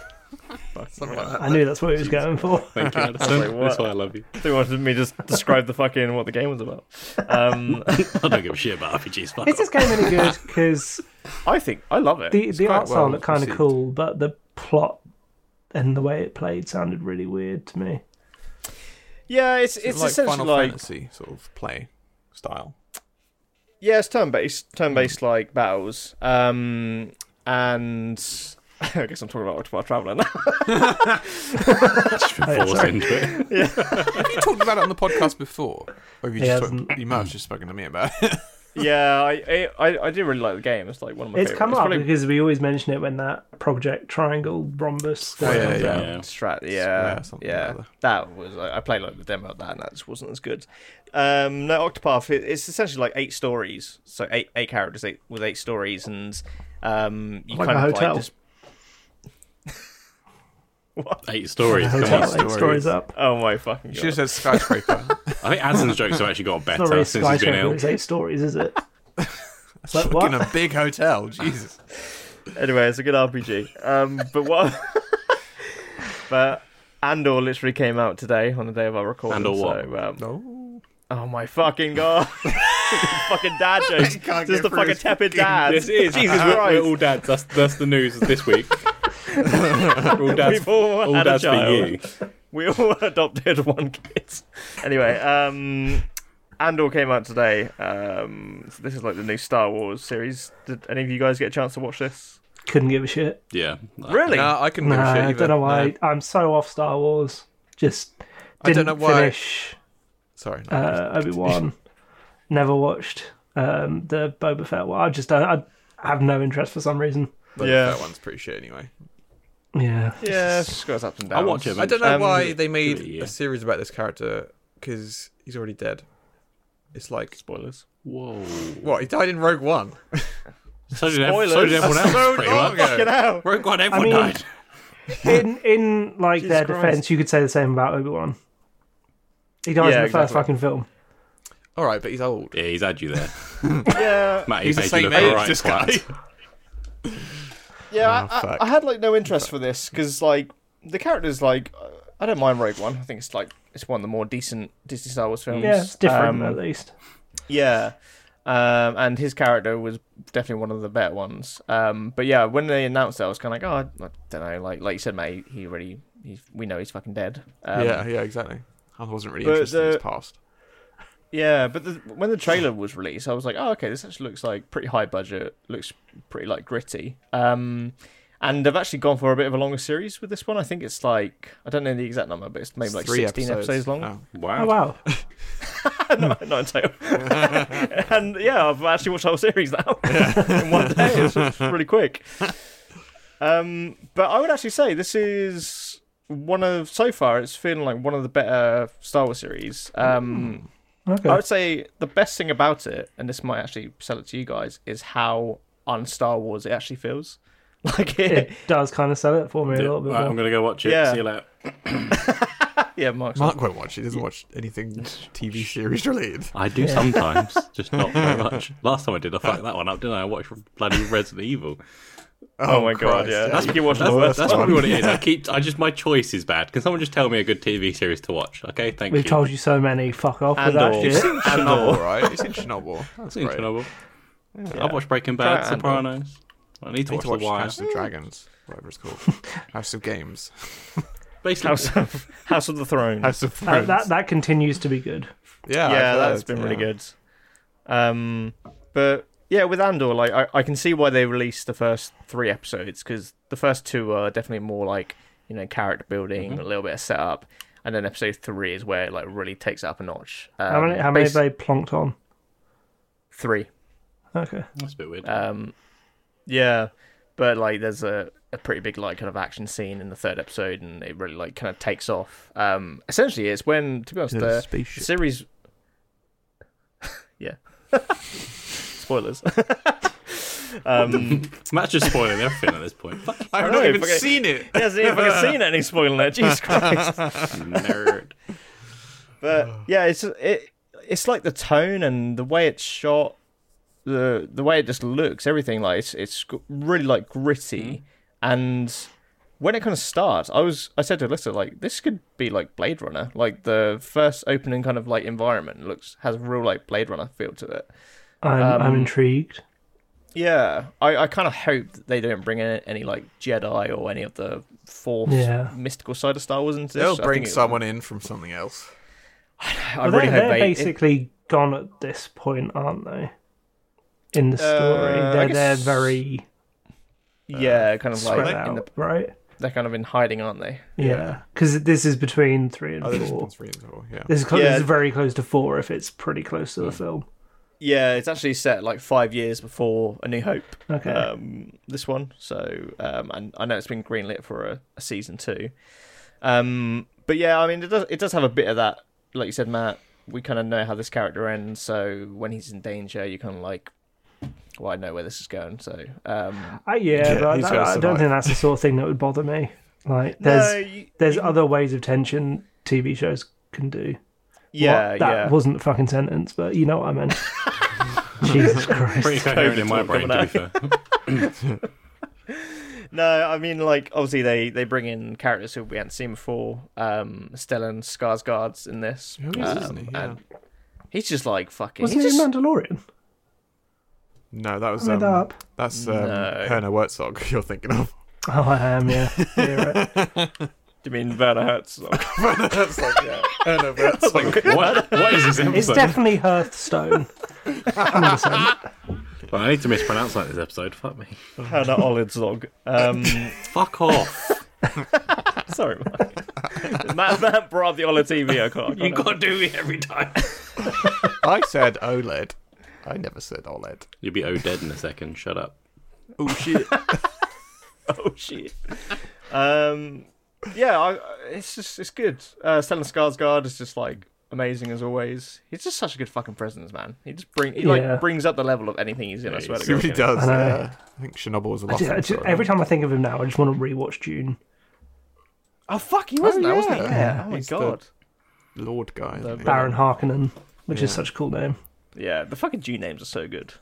Fuck,
something
yeah.
like
I
that.
knew that's what he was going for.
Thank you, Addison.
Wait, what?
That's why I love you.
They wanted me to just describe the fucking what the game was about. Um,
I don't give a shit about RPGs. Fuck
Is
off.
this game any good? Because
I think I love it.
the the
quite
art style
well
looked kind of
received.
cool, but the plot and the way it played sounded really weird to me.
yeah, it's it's
like
essentially
Final
like
Fantasy sort of play style.
yeah, it's turn based, turn based like battles. Um, and I guess I'm talking about Octopath Traveler now.
Just been forced into it.
Have you talked about it on the podcast before? Or have you
He
just
hasn't.
talked, you might have just spoken to me about it.
yeah, I, I I do really like the game. It's like one of my.
It's
favorites.
come up
probably
because we always mention it when that Project Triangle Rhombus.
Oh,
thing
yeah,
comes
yeah.
out.
Strat,
Yeah,
yeah,
something
yeah,
like that.
that was. I, I played like the demo of that, and that just wasn't as good. Um, no, Octopath. It, it's essentially like eight stories, so eight eight characters eight, with eight stories, and um, you
Like
kind
a
of
hotel.
like just. what?
Eight stories.
The
come
hotel
on.
eight
stories.
stories up.
Oh my fucking
Should have
god!
said skyscraper.
I think Addison's jokes have actually got
It's
better
not really a
since he's been
skyscraper.
ill.
It's eight stories, is it?
It's
Like
fucking
what?
a big hotel. Jesus.
Anyway, it's a good RPG. Um, but what? but Andor literally came out today on the day of our recording.
Andor what?
So, um,
No.
Oh my fucking god! fucking dad jokes.
He can't
This is
get
the
through
fucking
his
tepid dad.
This is
Jesus
we're, we're all
Christ.
dads. That's that's the news of this week. we're all dads.
We've all
all
had a
dads for
child.
you.
We all adopted one kid. Anyway, um, Andor came out today. Um, so this is like the new Star Wars series. Did any of you guys get a chance to watch this?
Couldn't give a shit.
Yeah.
Really?
No, I couldn't give
Nah,
a shit.
I
Either.
don't know
No.
why. I'm so off Star Wars. Just
I
didn't
don't know why-
finish
Sorry. No,
uh, Obi Wan. Never watched um, the Boba Fett. Well, I just don't. I have no interest for some reason.
but
yeah.
That one's pretty shit anyway.
Yeah.
Yeah, it's got its ups and downs.
I'll watch it.
I don't know
Um,
why they made
yeah.
a series about this character because he's already dead. It's like
Spoilers.
Whoa.
what he died in Rogue One.
So did, ev- so did
Spoilers.
everyone else.
So
pretty
long
much.
ago.
out.
Rogue One, everyone
mean-
died.
In in like their
Jesus
defense, you could say the same about Obi Wan. He dies
Yeah,
in the first
exactly.
fucking film.
All right, but he's old.
Yeah, he's had you there.
Yeah,
Matt, he's,
He's the
made
same
you look
age,
alright,
this guy.
twat.
yeah. I, I,
fuck.
I had like no interest for this because like the characters like uh, I don't mind Rogue One. I think it's like it's one of the more decent Disney Star Wars films.
Yeah, it's different
Um,
at least.
Yeah. Um, and his character was definitely one of the better ones. Um, but yeah, when they announced that, I was kind of like, oh, I, I don't know. Like, like you said, mate, he already, he's, we know he's fucking dead. Um,
yeah, yeah, exactly. I wasn't really
but
interested in his
the-
past.
yeah. But the, when the trailer was released, I was like, oh, okay, this actually looks like pretty high budget. Looks pretty like gritty. Um, and they've actually gone for a bit of a longer series with this one. I think it's like I don't know the exact number, but it's maybe
It's
like sixteen episodes, long.
Oh.
Wow.
Oh wow.
no, not in total. and yeah, I've actually watched the whole series now in one day. It's just really quick. Um, but I would actually say this is one of so far it's feeling like one of the better Star Wars series. Um,
Okay.
I would say the best thing about it, and this might actually sell it to you guys, is how un Star Wars it actually feels. Like
it
it,
does kind of sell it for me a
Yeah,
little bit.
right, I'm
more.
going to go watch it.
Yeah.
See you later.
yeah, Mark's
Mark won't watch it. He doesn't watch anything TV series related.
I do sometimes, just not very much. Last time I did, I fucked that one up, didn't I? I watched bloody Resident Evil.
Oh my God, yeah. That's
you-
you watch the
that's-
worst
that's
That's probably
one.
what it is. I keep, I just my choice is bad. Can someone just tell me a good TV series to watch? Okay, thank
We've
you.
told you so many. Fuck off with
And uh,
that
all.
shit. Uh,
Chernobyl, right? It's in Chernobyl. That's
It's in
great. Chernobyl.
Chernobyl. I've watched Breaking Bad,
Try it,
Sopranos. I need to
I need
watch,
to watch
The Wire.
House of Dragons, whatever it's called. House of Games.
Basically,
House of, House of the Throne.
House of
That,
Thrones.
that that continues to be good.
yeah,
yeah,
I've
that's
heard,
been
yeah.
really good. Um, but yeah, with Andor, like I, I can see why they released the first three episodes because the first two are definitely more like you know character building,
Mm-hmm.
a little bit of setup, and then episode three is where it like really takes it up a notch. Um,
How many? How many
bas-
have they plonked on?
Three.
Okay.
that's a bit weird.
Um, yeah, but like there's a, a pretty big like kind of action scene in the third episode, and it really like kind of takes off. Um, essentially, it's when to be honest, the
spaceship.
series. yeah. Spoilers. um,
Matt's just spoiling everything at this point. Fucking
I've
I
not
know,
even
okay.
seen it.
he hasn't even seen any spoiling there. Jesus Christ.
nerd.
But yeah, it's it it's like the tone and the way it's shot, the the way it just looks, everything like it's it's g- really like gritty. And when it kind of starts, I was I said to Alyssa like this could be like Blade Runner. Like the first opening kind of like environment looks has a real like Blade Runner feel to it.
I'm
Um,
I'm intrigued.
Yeah, I, I kind of hope that they don't bring in any like Jedi or any of the force
Yeah.
mystical side of Star Wars into this.
They'll
I
bring
think it-
someone in from something else.
I
Well,
really hope
they're, they're
they. it-
basically gone at this point, aren't they? In the story,
Uh, I
they're they're
guess
very
yeah, kind of
spread
like in
out,
the
right?
they're kind of in hiding, aren't they?
Yeah, because this is between three and
Oh, there's
four.
been three in total, yeah.
This is, close,
Yeah.
this is very close to four. If it's pretty close to the film,
Yeah, it's actually set like five years before A New Hope.
Okay.
Um, this one, so um, and I know it's been greenlit for a, a season two. Um, but yeah, I mean, it does it does have a bit of that, like you said, Matt. We kind of know how this character ends, so when he's in danger, you kind of like, well, I know where this is going. So um,
Uh, yeah,
Yeah,
but
he's
that-
gotta
I don't
survive.
think that's the sort of thing that would bother me. Like, there's
you-
there's
you-
other ways of tension TV shows can do.
yeah,
What? that
yeah.
wasn't a fucking sentence, but you know what I meant. Jesus Christ!
Pretty coherent in my
talk
brain, to be
coming
fair.
No, I mean, like, obviously they, they bring in characters who we hadn't seen before. Um, Stellan Skarsgård's in this.
Who is,
um,
isn't he? Yeah.
And he's just like fucking.
Wasn't
he's
he
just-
Mandalorian?
No, that was
Made
um,
that up.
that's um,
No.
Herna Wertzog you're thinking of.
Oh, I am. Yeah, You're right.
Do you mean Werner Herzog?
Herna Herzog, yeah. Herna Wertzog.
What, what is this
it's
episode?
definitely Hearthstone. 100%.
Well, I need to mispronounce like this episode. Fuck me.
Werner Olidzog. Um,
Fuck off.
sorry, Mike. Matt, Matt brought up the Ola TV. I can't. I
you
can't
gotta do it every time.
I said OLED. I never said OLED.
You'll be O dead in a second. Shut up.
Oh shit.
help. Oh shit. Um, yeah, I, I- it's just it's good. Uh, Stellan Skarsgård is just like amazing as always. He's just such a good fucking presence, man. He just bring he
Yeah.
like brings up the level of anything he's in. I
Yeah,
swear
he's
to
He
God.
really does.
I know.
yeah. I think Chernobyl was a
I
lot.
ju- I ju- every time I think of him now, I just want to rewatch June.
Oh fuck, he wasn't
Oh,
there, wasn't he?
yeah.
Yeah. Oh my
He's the-
god.
Lord guy. isn't he?
Baron Harkonnen, which is such a cool name.
Yeah, the fucking G names are so good.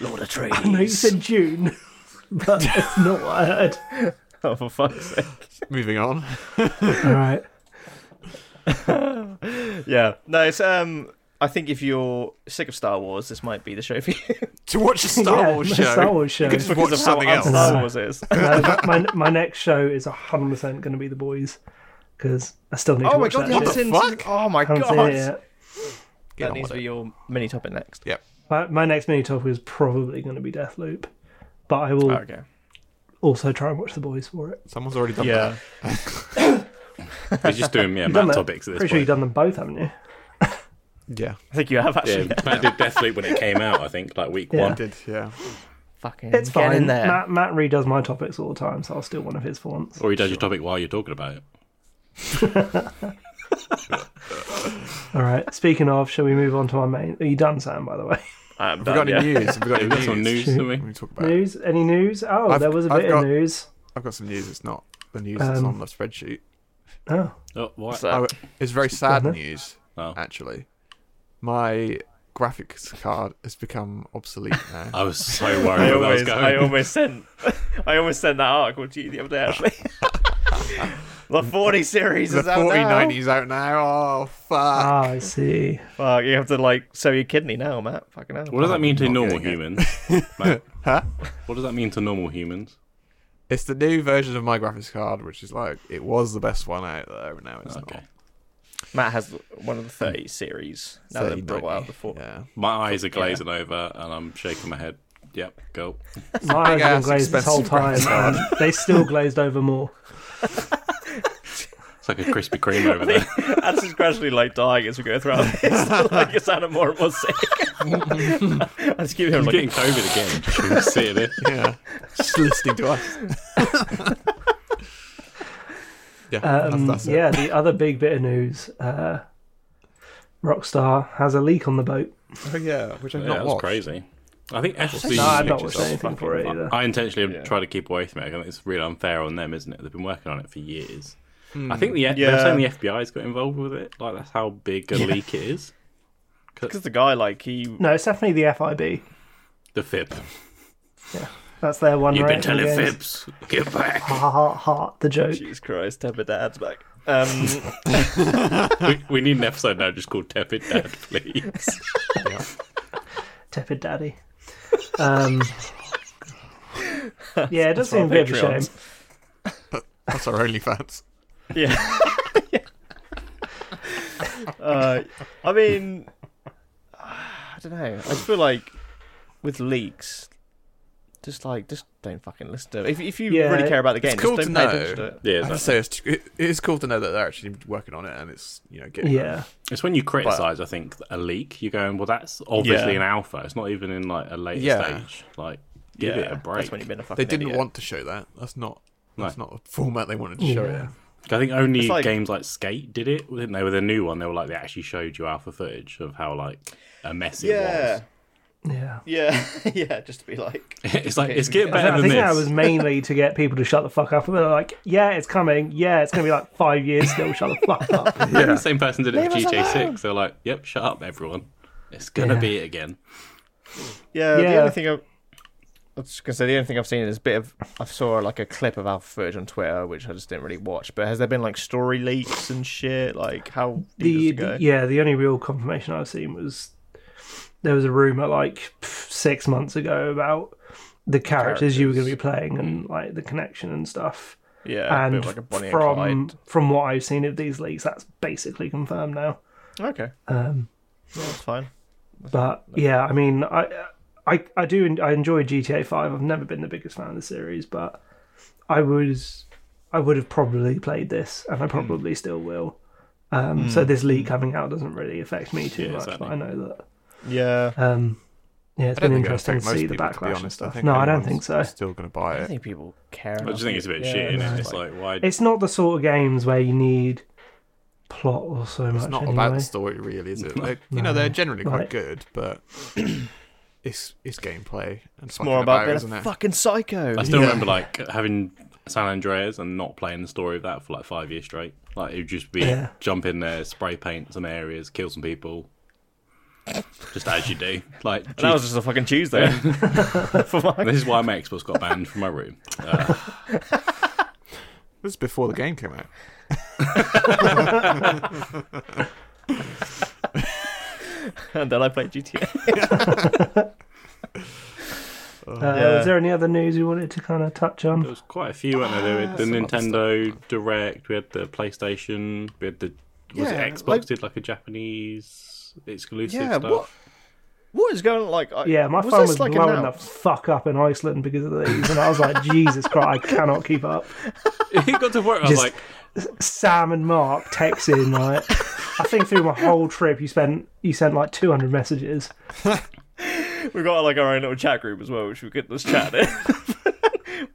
Lord Atreides.
I know you said June, but that's not what I heard.
oh, for fuck's sake.
Moving on.
All right.
Yeah. No, it's um. I think if you're sick of Star Wars, this might be the show for you.
To watch a Star
yeah,
Wars
my
show.
Star Wars show.
You could just watch
Because of how
something else.
Star Wars is. Oh,
No, but Uh, my, my next show is 100% going to be The Boys because I still need to
Oh my
watch
god,
that
you're
shit.
in.
fuck?
Oh my
I haven't seen
god.
it yet.
Get
That
on
needs to
with
be
it.
your mini topic next.
Yep.
My, my next mini topic is probably going to be Deathloop, but I will
Okay.
also try and watch The Boys for it.
Someone's already done that.
He's just doing yeah,
Done
mad
that?
topics at
Pretty
this
sure you've
point.
done them both, haven't you?
Yeah.
I think you have
Yeah,
actually.
Matt did Deathloop when it came out. I think like week
Yeah.
one.
Did yeah.
Fucking
It's
get
fine.
in there.
Matt, Matt redoes my topics all the time, so I'll steal one of his for once.
Or he does your topic while you're talking about it.
All right. Speaking of, shall we move on to our main? Are you done, Sam? By the way,
I'm
Have we
done,
got
yeah.
any news? Have we got
We've
any
got some news
Shoot.
for me.
What are we talking about?
news? Any news? Oh,
I've-
there was a
I've
bit
got-
of news.
I've got some news. It's not the news that's
Um,
on the spreadsheet.
Oh,
Oh, what?
So-
I, it's very sad
Uh-huh.
news,
Oh.
actually. My graphics card has become obsolete now.
I was so
I
worried where that was
always, I
going.
almost sent, I almost sent that article to you the other day. Actually, the forty series
the
is out now.
4090's out now. Oh, fuck.
ah, I see.
Fuck, you have to like sell your kidney now, Matt. Fucking hell.
What does that mean to
Not
normal
getting it.
humans? Matt,
Huh?
what does that mean to normal humans?
It's the new version of my graphics card, which is like, it was the best one out there, but now it's
Okay.
not.
Matt has one of the thirty series. Now they brought out the
3090,
four.
Yeah.
My eyes are glazing over and I'm shaking my head. Yep, go.
My eyes have been
Big-ass
glazed this whole
expensive
time, and they still glazed over more.
It's like a Krispy Kreme over there.
Addis is gradually like dying as we go throughout this. like it's sounding more and more sick. I just keep hearing
I'm
like,
getting COVID again. I'm sitting here.
Yeah. Just listening to us. yeah.
Um,
that's, that's it.
yeah, the other big bit of news: uh, Rockstar has a leak on the boat.
Oh, yeah. Which I've
Yeah,
not
that was
watched.
crazy. I think FC.
No, I've not
pictures
watched
are
anything for it either.
I intentionally try to keep away from it. I think it's really unfair on them, isn't it? They've been working on it for years.
Hmm.
I think the F-
Yeah.
they're saying the FBI's got involved with it. Like that's how big a leak it is.
because the guy like he.
No, it's definitely the FIB.
The fib.
That's their one.
You've
right?
been telling
Again, it's
fibs. Get back.
Ha ha ha! The joke.
Jesus Christ, Tepper Dad's back. Um,
we, we need an episode now just called Tepid Dad, please.
Tepid Daddy. Um, yeah, it does
for our
seem a bit of a shame.
Patreons.
That's our only fans.
Yeah. uh, I mean, I don't know. I just feel like with leaks, just like just don't fucking listen to it. If if you
Yeah,
really care about the game,
it's cool
just
to
don't pay
know.
attention to it.
Yeah,
I have to
exactly.
say, it's, it, it's cool to know that they're actually working on it and it's, you know, getting
Yeah,
it's when you criticize. I think a leak. You're going, well, that's obviously
Yeah.
an alpha. It's not even in like a later
Yeah.
stage. Like, give it a break.
That's when you've been a
They
fucking
didn't
idiot.
want to show that. That's not.
No.
That's not the format they wanted to show
Yeah.
it.
I think only
It's like-
games like Skate did it, didn't they? With a new one, they were like they actually showed you alpha footage of how like a mess it
Yeah,
was.
yeah.
yeah, yeah. Just to be like,
It's like
Okay,
it's
we get
getting
it.
better
I
than
think
this.
that was mainly to get people to shut the fuck up. And they're like, yeah, it's coming. Yeah, it's going to be like five years still. Shut the fuck up.
The same person did it with
Leave us
GTA
alone.
Six. They're like, "Yep, shut up, everyone. It's gonna
Yeah.
be it again."
yeah.
Yeah.
The only thing I've, I was just gonna say, the only thing I've seen is a bit of. I saw like a clip of alpha footage on Twitter, which I just didn't really watch. But has there been like story leaks and shit? Like how deep does
the,
it go?
the- yeah the only real confirmation i've seen was there was a rumor like pff, six months ago about the characters, you were going to be playing and like the connection and stuff
Yeah, a
and
bit like a Bonnie
from
and
from what i've seen of these leaks that's basically confirmed now
Clyde. Okay,
um
yeah, that's fine.
but yeah i mean i i, I do en- i enjoy gta 5 i've never been the biggest fan of the series but i was i would have probably played this
Hmm.
and i probably still will um, So this leak coming out doesn't really affect me too
Yeah,
much,
exactly.
but I know that
Yeah,
Um, Yeah, it's been
I don't think it'll
interesting
affect
to
most
see the
people, to
backlash.
be
and
honest. I
stuff.
think
no, I don't
anyone's
think so.
Still going to buy
I don't
it.
think people care.
I just think it's a bit shit,
and
innit? It's like, why?
It's not the sort of games where you need plot or so much.
It's not
anyway.
about the story, really, is it? Like, you know,
No,
they're generally quite
right.
good, but it's it's gameplay and
it's more about
it,
being
isn't
a
it?
fucking psycho.
I still remember like having San Andreas and not playing the story of that for like five years straight. Like it would just be
Yeah.
jump in there, spray paint some areas, kill some people, just as you do. Like
And that was just a fucking Tuesday for
geez,
mine.
this is why my Xbox got banned from my room. Uh,
This is before the game came out.
And then I played GTA.
Uh,
Yeah.
Was there any other news you wanted to kind of touch
there
on?
was quite a few, weren't
Ah,
there? There was the
Some other
Nintendo Direct. We had the PlayStation. We had the was
Yeah,
it Xbox
like-
did like a Japanese exclusive
Yeah,
stuff.
what? What is going on? Like, I,
Yeah, my
was
phone
this,
was
like
blowing the
announced?
fuck up in Iceland because of these, and I was like, Jesus Christ, I cannot keep up.
it got to work. I was
Just-
like,
Sam and Mark texting like I think through my whole trip you spent you sent like 200 messages.
We've got like our own little chat group as well, which we could let's chat in.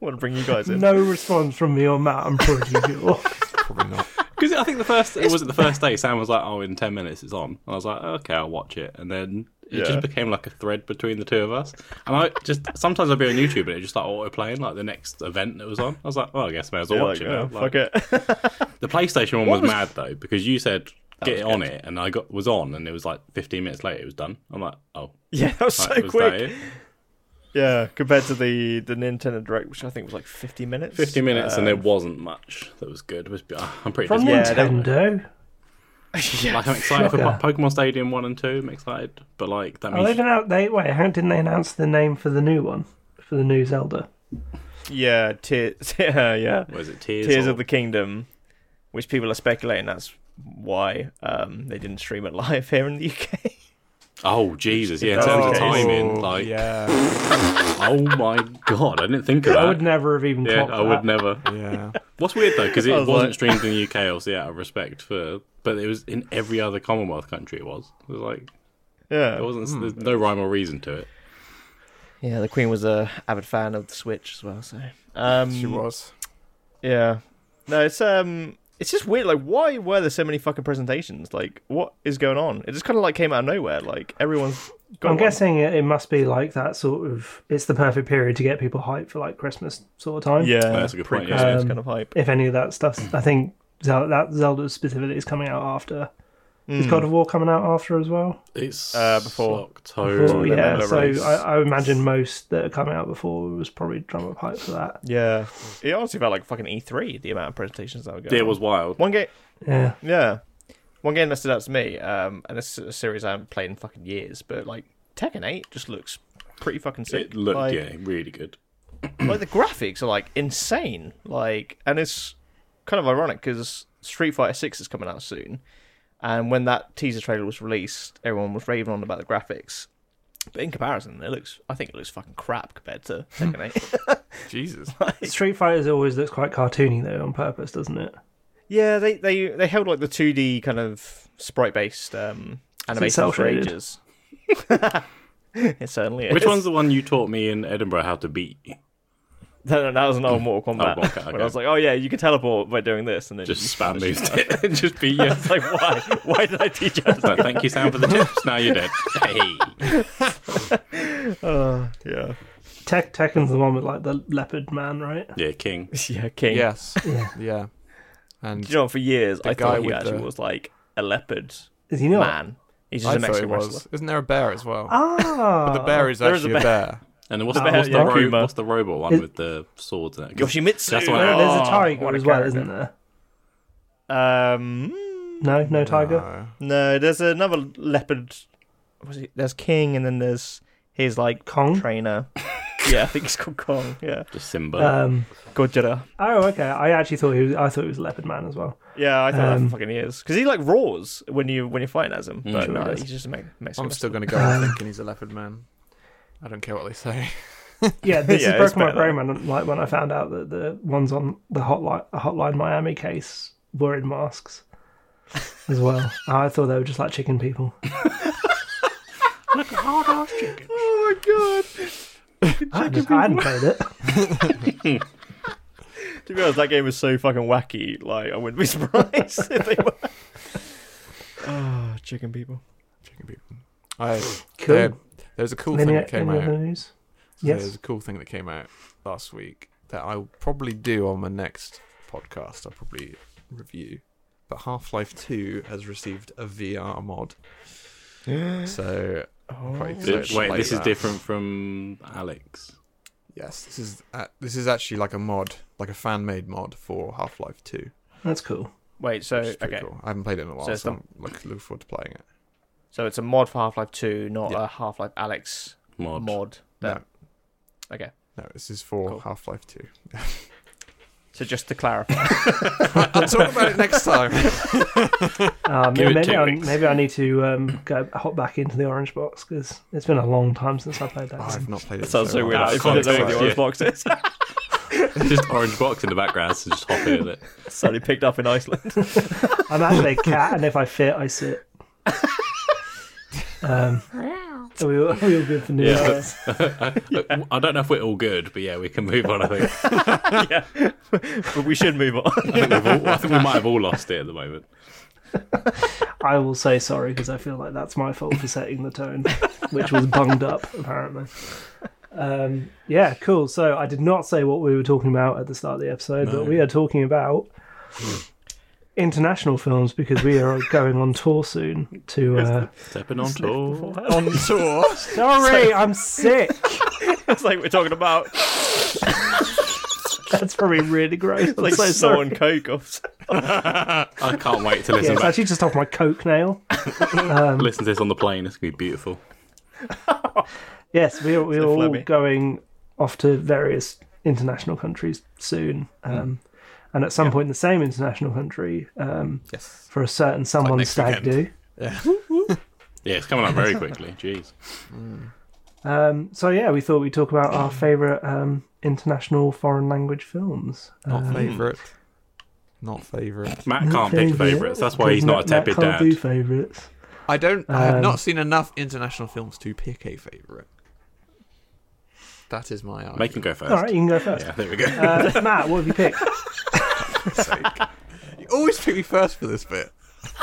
Want to bring you guys in?
No response from me on that. I'm pretty sure.
Probably not.
Because I think the first it wasn't the first day. Sam was like, "Oh, in ten minutes it's on," and I was like, "Okay, I'll watch it." And then it
Yeah.
just became like a thread between the two of us. And I just sometimes I'd be on YouTube and it just like auto playing like the next event that was on. I was like, "Well, I guess I may as well
Yeah,
watch
like,
it." Now.
oh,
Like,
fuck it.
The PlayStation one
What
was,
was-
mad though because you said get it on it, and I got was on, and it was like fifteen minutes later it was done. I'm like, "Oh,
yeah, that was so
like, was
quick.
that it?"
Yeah, compared to the the Nintendo Direct, which I think was like fifty minutes.
Fifty minutes, and there
Um,
wasn't much that was good. It was- I'm pretty
From
Yeah,
disappointed.
they-
Nintendo,
yeah.
Like I'm excited for
Shocker.
Po- Pokemon Stadium one and two. I'm excited, but like that
oh, they
means
didn't. They wait. How didn't they announce the name for the new one for the new Zelda?
yeah, tears. Yeah, yeah.
what is it? Tears,
Tears
or-
of the Kingdom, which people are speculating that's why um, they didn't stream it live here in the UK.
Oh Jesus! Yeah, in
That's
terms
the
of
case.
timing,
Oh,
like,
yeah,
oh my god, I didn't think of that.
I would never have even.
Uh, yeah,
clocked
I would
that.
never.
yeah.
What's weird though, because it
I was
wasn't
like-
streamed in the UK, obviously out of respect for, but it was in every other Commonwealth country. It was. It was like it
Yeah,
wasn't. There's no rhyme or reason to it.
Yeah, the Queen was a avid fan of the Switch as well, so.
um,
She was.
Yeah, no, it's um, it's just weird. Like, why were there so many fucking presentations? Like, what is going on? It just kind of like came out of nowhere. Like everyone's. Got
I'm
one.
guessing it, it must be like that sort of. It's the perfect period to get people hyped for like Christmas sort of time.
Yeah,
Oh, That's a good point, yeah.
Pre-Christmas
Um,
kind of hype.
If any of that stuff, I think Zelda, that Zelda specifically is coming out after. Is God of War coming out after as well?
It's
Uh, before.
October.
Well, yeah,
November
so
release.
I, I imagine most that are coming out before was probably drum up hype for that.
Yeah, it honestly felt like fucking E3. The amount of presentations that were going.
Yeah, it
on.
was wild.
one game.
Yeah,
Yeah. One game that stood out to me, um, and it's a series I haven't played in fucking years, but like Tekken 8 just looks pretty fucking sick.
It looked
like,
yeah, really good.
like the graphics are like insane. Like, and it's kind of ironic because Street Fighter 6 is coming out soon, and when that teaser trailer was released, everyone was raving on about the graphics. But in comparison, it looks I think it looks fucking crap compared to Tekken 8.
Jesus.
Street Fighters always looks quite cartoony though on purpose, doesn't it?
Yeah, they, they they held like the two D kind of sprite based um animation for
cel-shaded?
ages. it certainly is.
Which one's the one you taught me in Edinburgh how to beat?
No, no, that was an old Mortal Kombat.
Oh, okay,
When I was
okay.
like, oh yeah, you can teleport by doing this, and then
Just
you-
spam moved it and just beat you.
It's like, why? Why did I teach you? how to
So thank you, Sam, for the tips. Now you're dead. Hey.
do- Yeah,
Tek- Tekken's the one with like the leopard man, right?
Yeah, King.
yeah, King.
Yes.
Yeah.
Yeah. And
Do you know what, for years I
guy
thought he
with
actually
the-
was like a leopard
Is he not?
man. He's just
I
a
thought it
Mexican
was.
wrestler.
Isn't there a bear as well?
Ah,
the bear is
there is
actually
a
a bear.
And then what's,
Oh,
the, what's,
yeah.
the, ro-
Kuma.
what's the robot one
Is-
with the swords in it? 'Cause
Yoshimitsu.
That's the one-
No, Ah. there's a
Oh,
tiger
what
as well,
character.
isn't there?
Um,
No, no tiger.
No.
no, there's another leopard. Was it? There's King, and then there's his like
Kong.
trainer. yeah, I think he's called Kong. Yeah,
Just Simba.
Uh,
Um,
Gojira.
oh, okay. I actually thought he was. I thought he was a leopard man as well.
Yeah, I thought that
Um,
for fucking years because he like roars when you when you're fighting as him. But
sure
no,
he does.
he's just a Me- Mexican.
I'm still going to go on thinking he's a leopard man. I don't care what they say.
Yeah, this
Yeah,
has
it's
broken my
better
brain. When, like when I found out that the ones on the hotline, hotline Miami case were in masks as well. I thought they were just like chicken people.
Look, hard ass chicken.
Oh my god!
I, just, I hadn't played it.
To be honest, that game is so fucking wacky. Like, I wouldn't be surprised if they were. Ah, chicken people.
Chicken people. I,
Cool.
there- there's a cool
Any,
thing
any
that came out.
other news?
There's
Yes.
a cool thing that came out last week that I'll probably do on my next podcast. I'll probably review. But Half Life 2 has received a VR mod. So, I'm quite
Oh.
excited to
Wait,
play
this is
that.
different from Alex.
Yes, this is uh, this is actually like a mod, like a fan made mod for Half Life 2.
That's cool.
Wait, so
Which is pretty
Oh, okay,
cool. I haven't played it in a while, so,
it's the-
I'm like, looking forward to playing it.
so it's a mod for Half Life Two, not
Yeah.
a Half Life Alex
Mod.
mod.
No.
That, Okay,
No, this is for
Cool.
Half Life 2.
so just to clarify,
I'll talk about it next time.
Uh,
Give
maybe,
it two
I,
weeks.
maybe I need to um, go hop back into the orange box because it's been a long time since I played that.
Oh,
game.
I've not played it.
that sounds so
long.
weird.
Ah,
I
it's context,
don't know what the
yeah.
orange box is.
just orange box in the background, so just hop in it.
Suddenly picked up in Iceland.
I'm actually a cat, and if I fit, I sit. Um, are, we all, are we all good for news?
Yeah. Look, I don't know if we're all good, but yeah, we can move on. I think,
yeah, but we should move on.
I think, we've all, I think we might have all lost it at the moment.
I will say sorry because I feel like that's my fault for setting the tone, which was bunged up apparently. Um, yeah, cool. So I did not say what we were talking about at the start of the episode,
No.
but we are talking about international films because we are going on tour soon. To uh...
Stepping on tour.
On tour.
sorry, I'm sick.
it's like we're talking about
That's probably really gross. I'm
like
so
so
sorry.
on coke or something.
I can't wait to
Yeah,
listen
it's
back.
actually just off my coke nail.
Listen to this on the plane. It's gonna be beautiful.
Yes, we are, we are
So
all
flabby.
going off to various international countries soon.
Hmm.
Um, And at some point, the same international country um,
Yes.
for a certain someone's
next
stag
weekend.
do.
Yeah, it's coming up very quickly. Jeez.
Um, so, yeah, we thought we'd talk about
Hmm.
our favourite um, international foreign language films.
Not
Um,
favourite. Not favourite.
Matt can't pick
favourite,
favourites. That's why he's not a
because Matt-
tepid
Matt can't do
dad.
favourites.
I don't. I have
Um,
not seen enough international films to pick a favourite. That is my argument.
Make him go first.
All right, you can go first.
Yeah, there we go.
Uh, Matt, what have you picked?
you always pick me first for this bit.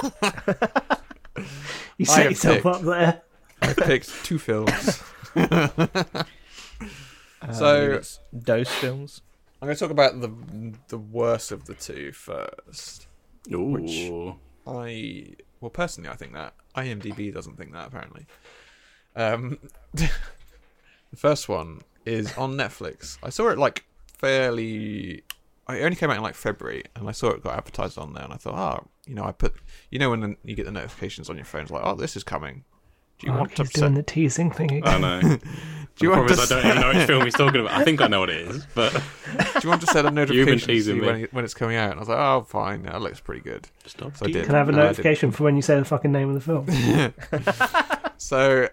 You
I
set
have
yourself
picked.
up there.
I picked two films.
Um,
so
it's dose films.
I'm going to talk about the the worst of the two first.
Ooh.
I well personally I think that IMDb doesn't think that apparently. Um, the first one is on Netflix. I saw it like fairly. I only came out in like February, and I saw it got advertised on there, and I thought, oh, you know, I put, you know, when you get the notifications on your phones, like, oh, this is coming. Do you
Mark,
want to?
Oh, he's doing
set-
the teasing thing again.
I know. Do
you want
promise
to
I don't even know which film he's talking about. I think I know what it is, but
Do you want to set a notification to
teasing
see
me.
when, it- when it's coming out? And I was like, oh, fine, that looks pretty good.
stop.
So I did.
Can I have a
and did.
notification for when you say the fucking name of the film?
So,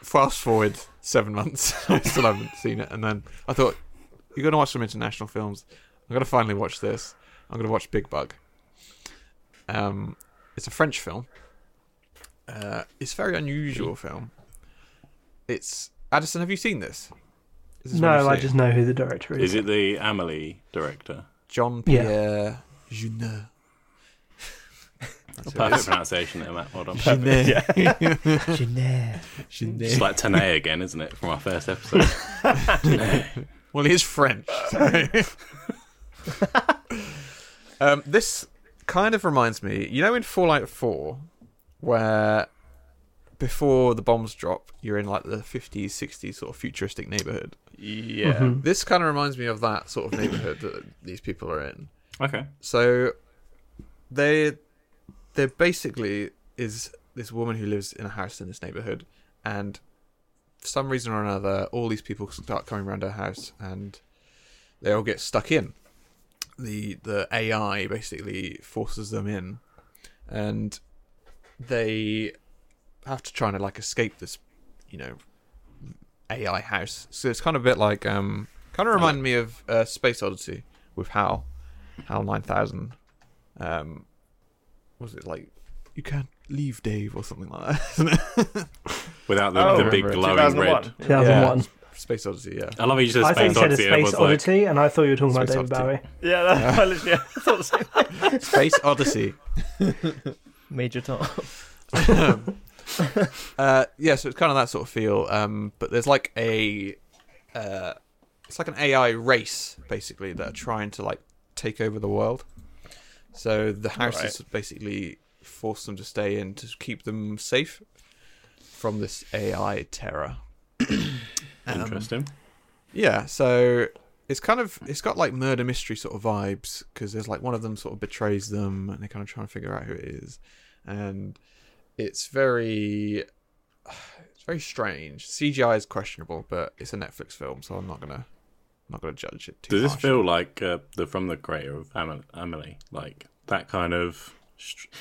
fast forward seven months, I still haven't seen it. And then I thought, you're going to watch some international films. I'm going to finally watch this. I'm going to watch Big Bug. Um, it's a French film. Uh, it's a very unusual film. It's Addison. Have you seen this? Is this one you've
No, I
seen?
just know who the director is.
Is it the Amelie director?
John
Yeah.
Pierre Jeunet. That's who it
Perfect
is.
pronunciation there, Matt. Hold on.
Jeunet.
Janair.
It's like Tanae again, isn't it, from our first episode?
Well, he is French. so- um, this kind of reminds me, you know, in Fallout 4, where before the bombs drop, you're in like the 50s, 60s sort of futuristic neighborhood.
Yeah.
This kind of reminds me of that sort of neighborhood that these people are in.
okay.
So they there basically is this woman who lives in a house in this neighborhood and for some reason or another all these people start coming around her house and they all get stuck in. The the AI basically forces them in and they have to try and like escape this, you know, AI house. So it's kind of a bit like um kind of remind me of uh, Space Odyssey with Hal. HAL 9000. Um, was it like you can't leave Dave or something like that. Isn't it?
without the,
Oh,
the big
remember it.
glowing
2001.
red.
2001.
Space Odyssey, yeah.
I love how you said
I thought you
Space
said a Space
Odyssey. and I was like,
Oddity, and I thought you were talking about
Space
David Bowie.
Oddity.
Yeah, that, I literally I thought the same.
Space Odyssey.
Major Tom.
Um, Uh, yeah, so it's kind of that sort of feel. Um, but there's like a, uh, it's like an AI race basically that are trying to like take over the world. So the house is basically force them to stay in to keep them safe from this AI terror. Um,
Interesting.
Yeah, so it's kind of it's got like murder mystery sort of vibes because there's like one of them sort of betrays them and they're kind of trying to figure out who it is, and it's very it's very strange. CGI is questionable, but it's a Netflix film, so I'm not gonna I'm not gonna judge it too
Does this
harshly.
feel like uh, the from the creator of Am- Emily, like that kind of?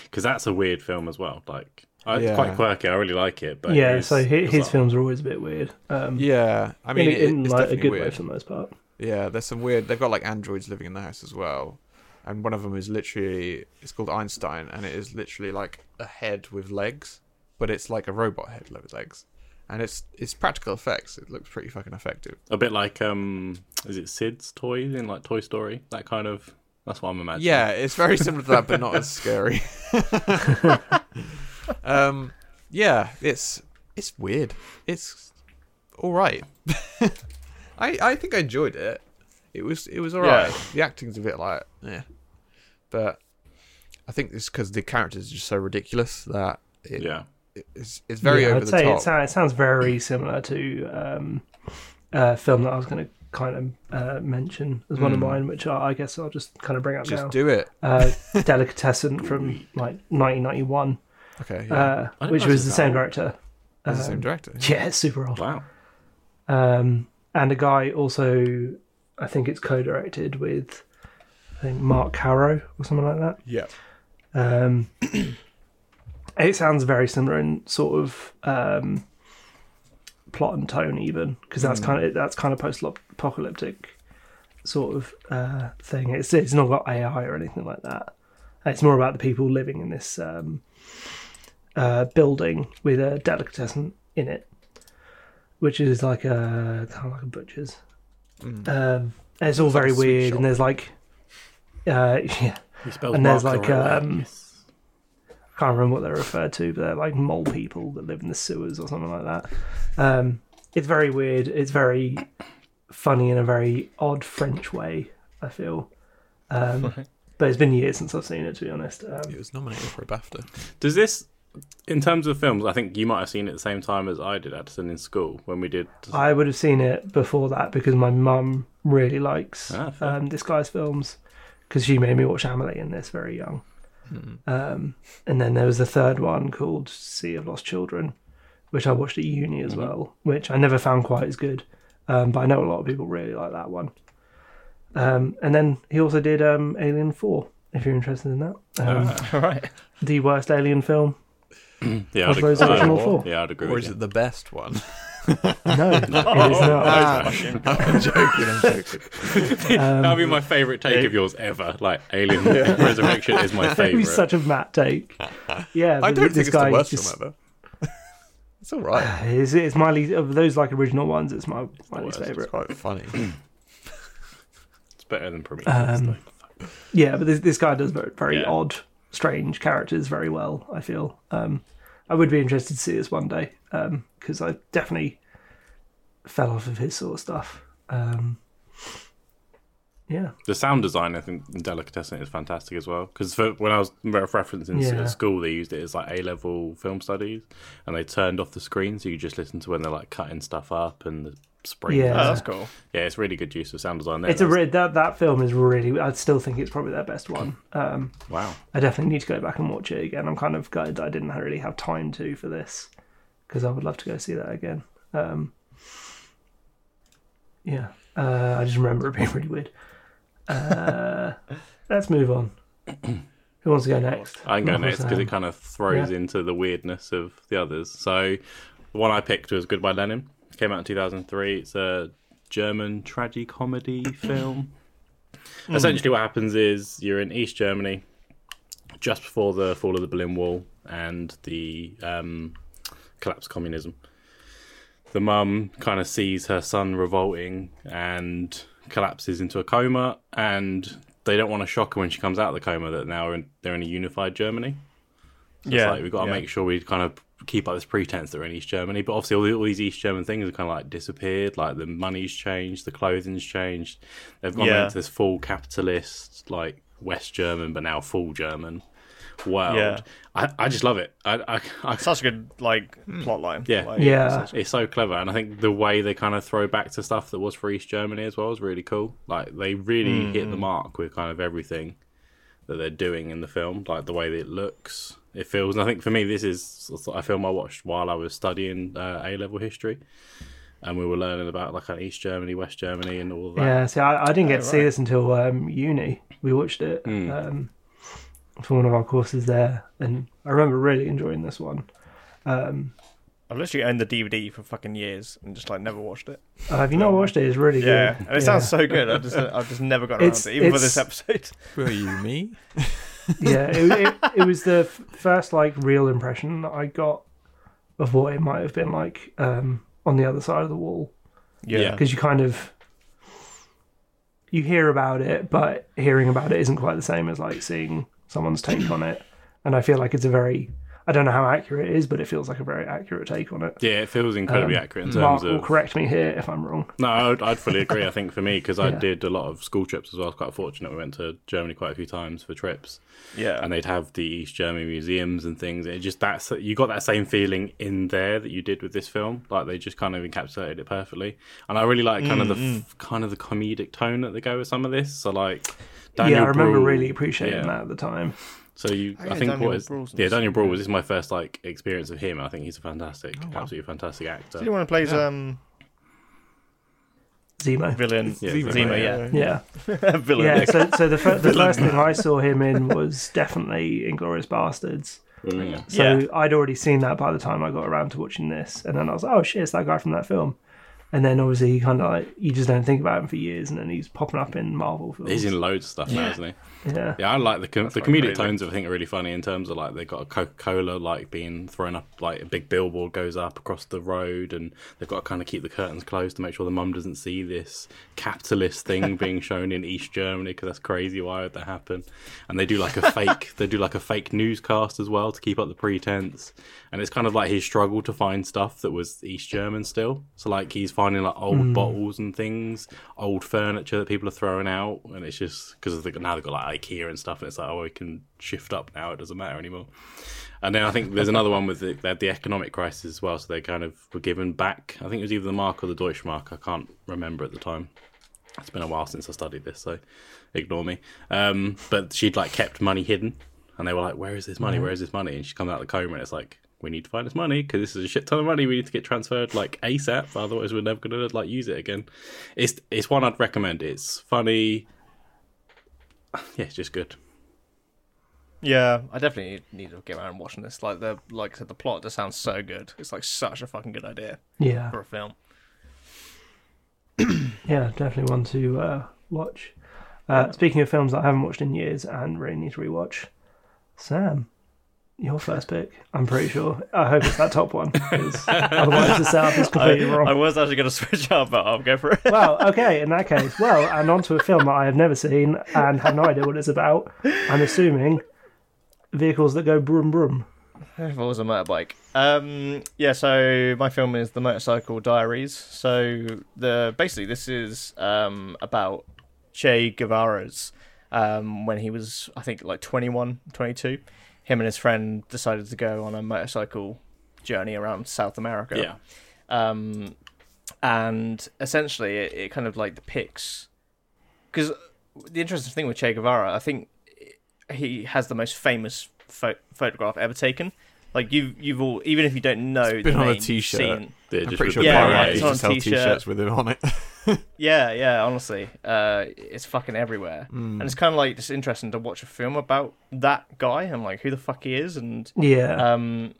Because that's a weird film as well. Like, I, it's quite
Yeah.
quirky. I really like it. But
yeah,
it is
so hi- his
bizarre.
films are always a bit weird. Um,
Yeah, I mean,
in,
it-
in
it's
like a
definitely
good way
weird.
for the most part.
Yeah, there's some weird. They've got like androids living in the house as well, and one of them is literally it's called Einstein, and it is literally like a head with legs, but it's like a robot head with legs, and it's it's practical effects. It looks pretty fucking effective.
a bit like um, is it Sid's toys in like Toy Story? That kind of. That's what I'm imagining.
Yeah, it's very similar to that, but not as scary. um, yeah, it's it's weird. It's all right. I I think I enjoyed it. It was it was all
Yeah.
right. The acting's a bit like yeah, but I think it's because the characters are just so ridiculous that it,
Yeah.
it's it's very
Yeah,
over
I'd
the
say
top.
It, sounds, it sounds very similar to um, a film that I was going to kind of uh, mention as one of mine, which I, I guess I'll just kind of bring up
Hmm. just
now.
do it.
uh, Delicatessen from like 1991,
Okay, yeah.
uh,
I
which
didn't know
was
it was
the
that
same
old.
director.
It's the same director.
Yeah, it's super old.
Wow.
Um, and a guy also, I think it's co-directed with, I think Mark Caro or something like that.
Yeah,
Um, it sounds very similar in sort of um, plot and tone, even because
Hmm.
that's kind of that's kind of post-apocalyptic sort of uh, thing. It's it's not got AI or anything like that. It's more about the people living in this um, uh, building with a delicatessen in it, which is like a kind of like a butcher's. Um, and it's all
Hmm. like a
very
sweet
weird,
shop.
and there's like, uh, yeah,
He spells
And there's
Mark
like,
correctly.
um,
Yes.
can't remember what they're referred to, but they're like mole people that live in the sewers or something like that. Um, it's very weird. It's very funny in a very odd French way. I feel, um, but it's been years since I've seen it. To be honest, um,
it was nominated for a BAFTA.
Does this, in terms of films, I think you might have seen it at the same time as I did, Addison, in school when we did.
I would have seen it before that because my mum really likes
Ah, fair.
um, this guy's films because she made me watch Amelie in this very young.
Hmm.
Um, and then there was the third one called Sea of Lost Children, which I watched at uni
Mm-hmm.
as well, which I never found quite as good. Um, but I know a lot of people really like that one. Um, and then he also did um, Alien 4, if you're interested in that. Um,
Ah.
All right.
The worst Alien film.
yeah,
of
I'd
those
agree.
original four.
Yeah, I'd agree.
Or
With
is
you.
it the best one?
No, it is not.
Ah, I'm joking. I'm joking.
Um,
That'd be my favorite take of yours ever. Like Alien Resurrection is my
It
favorite.
was such a Matt take. Yeah,
I
but this
don't think it's the
guy
worst
just-
film ever. it's all right.
It's, it's my least of those like original ones. It's my my least
It's
favorite.
quite funny.
It's better than Prometheus.
Um, Yeah, but this this guy does very, very
Yeah.
odd, strange characters very well. I feel. Um, I would be interested to see this one day because I definitely fell off of his sort of stuff. Um, yeah,
the sound design, I think, in Delicatessen is fantastic as well. Because when I was re- referencing
Yeah.
at school, they used it as like A level film studies, and they turned off the screen so you just listen to when they're like cutting stuff up and the spring.
Oh,
Yeah.
that's cool.
yeah, it's really good use of sound design. There,
it's a
That's-
re- that that film is really. I still think it's probably their best one. Um,
wow.
I definitely need to go back and watch it again. I'm kind of gutted that I didn't really have time to for this because I would love to go see that again. Um, yeah, uh, I just remember it being really weird. Uh, let's move on. Who wants to go next?
I can go
Marvel's
next because it
Hand.
kind of throws
Yeah.
into the weirdness of the others. So, the one I picked was Goodbye Lenin. It came out in 2003. It's a German tragicomedy film. Essentially, what happens is you're in East Germany just before the fall of the Berlin Wall. and the um, collapse of communism. The mum kind of sees her son revolting and collapses into a coma, and they don't want to shock her when she comes out of the coma that now in, they're in a unified Germany. So it's like we've got to
yeah.
make sure we kind of keep up this pretense that we're in East Germany. But obviously, all, the, all these East German things have kind of like disappeared. Like the money's changed, the clothing's changed. They've gone
Yeah.
into this full capitalist, like West German, but now full German world.
Yeah.
I, I just love it. I, I, I
Such a good like plot line.
Yeah.
Like,
Yeah.
it's so clever, and I think the way they kind of throw back to stuff that was for East Germany as well is really cool. Like they really
Mm-hmm.
hit the mark with kind of everything that they're doing in the film, like the way that it looks, it feels. And I think for me, this is a film I watched while I was studying uh, A level history, and we were learning about like kind of East Germany, West Germany, and all of that.
Yeah, see, I, I didn't
Oh,
get to see this until um, uni. We watched it
Hmm.
um, for one of our courses there, and I remember really enjoying this one.
I've literally owned the DVD for fucking years and just like never watched it.
Uh, have you not watched it? It's really
Yeah,
good.
and it sounds so good. I've just I've just never got around
It's-
to it, even for
it's-
this episode.
Were you me?
yeah. It, it, it was the f- first like real impression that I got of what it might have been like um, on the other side of the wall,
Yeah.
because you kind of you hear about it, but hearing about it isn't quite the same as like seeing someone's take on it. And I feel like it's a very I don't know how accurate it is, but it feels like a very accurate take on it.
Yeah, it feels incredibly accurate in
Um, Mark
terms
will
of
correct me here if I'm wrong.
No, I'd, I'd fully agree. I think for me, because I
Yeah.
did a lot of school trips as well. I was quite fortunate. We went to Germany quite a few times for trips,
Yeah,
and they'd have the East German museums and things. It just that's you got that same feeling in there that you did with this film. Like they just kind of encapsulated it perfecly. And I really like kind
Mm,
of the f kind of the comedic tone that they go with some of this. So like, Daniel
yeah, I remember
Bruhl-
really appreciating
yeah.
that at the time.
So you, I,
Oh, yeah,
think
Daniel
what is
Bruhl's in
yeah,
this.
Daniel Brawl was this is my first like experience of him. I think he's a fantastic, absolutely fantastic actor.
Oh, Did you want to play um
Zemo.
villain?
Yeah,
Zima,
Zima,
yeah,
Yeah.
villain.
Yeah, so, so the, fir- the first thing I saw him in was definitely Inglorious Bastards.
Mm.
Yeah.
So
Yeah.
I'd already seen that by the time I got around to watching this. And then I was like, oh shit, it's that guy from that film. And then obviously he kind of like, you just don't think about him for years. And then he's popping up in Marvel films.
He's in loads of stuff now, isn't he?
yeah.
Yeah, I like the com- the comedic tones. Of, I think are really funny in terms of like they've got a Coca Cola like being thrown up, like a big billboard goes up across the road, and they've got to kind of keep the curtains closed to make sure the mum doesn't see this capitalist thing being shown in East Germany because that's crazy. Why would that happen? And they do like a fake, they do like a fake newscast as well to keep up the pretense. And it's kind of like his struggle to find stuff that was East German still. So like he's finding like old bottles and things, old furniture that people are throwing out, and it's just because the, now they've got like IKEA and stuff, and it's like oh we can shift up now, it doesn't matter anymore. And then I think there's another one with the, they had the economic crisis as well, so they kind of were given back. I think it was either the mark or the Deutsche Mark. I can't remember at the time. It's been a while since I studied this, so ignore me. Um, but she'd like kept money hidden, and they were like, "Where is this money? Where is this money?" And she comes out of the coma, and it's like, "We need to find this money because this is a shit ton of money. We need to get transferred like ASAP. Otherwise, we're never gonna like use it again." It's it's one I'd recommend. It's funny. Yeah, it's just good.
Yeah, I definitely need to get around watching this. Like the like I said, the plot just sounds so good. It's like such a fucking good idea
Yeah.
for a film.
Yeah. Definitely one to uh, watch. Uh, speaking of films that I haven't watched in years and really need to rewatch, Sam, your first pick, I'm pretty sure. I hope it's that top one. 'cause Otherwise, the setup is
I,
completely wrong.
I was actually going to switch up, but I'll go for it.
Well, okay, in that case, well, and onto a film that I have never seen and have no idea what it's about. I'm assuming vehicles that go broom broom.
if I was a motorbike. Um, yeah, so my film is The Motorcycle Diaries. So the basically this is um, about Che Guevara's um, when he was I think like 21, 22. Him and his friend decided to go on a motorcycle journey around South America.
Yeah,
um, and essentially it, it kind of like depicts because the interesting thing with Che Guevara, I think he has the most famous pho- photograph ever taken. Like you, you've all, even if you don't know,
been
the
on a
name,
T-shirt.
seen-
yeah,
I'm
just
pretty
with
sure
the
Yeah,
Power
yeah,
variety.
Rangers
it's on
used to sell
t-shirt.
T-shirts with it on it.
Yeah, yeah. Honestly, uh, it's fucking everywhere,
Hmm.
and it's kind of like just interesting to watch a film about that guy and like who the fuck he is and
Yeah.
um,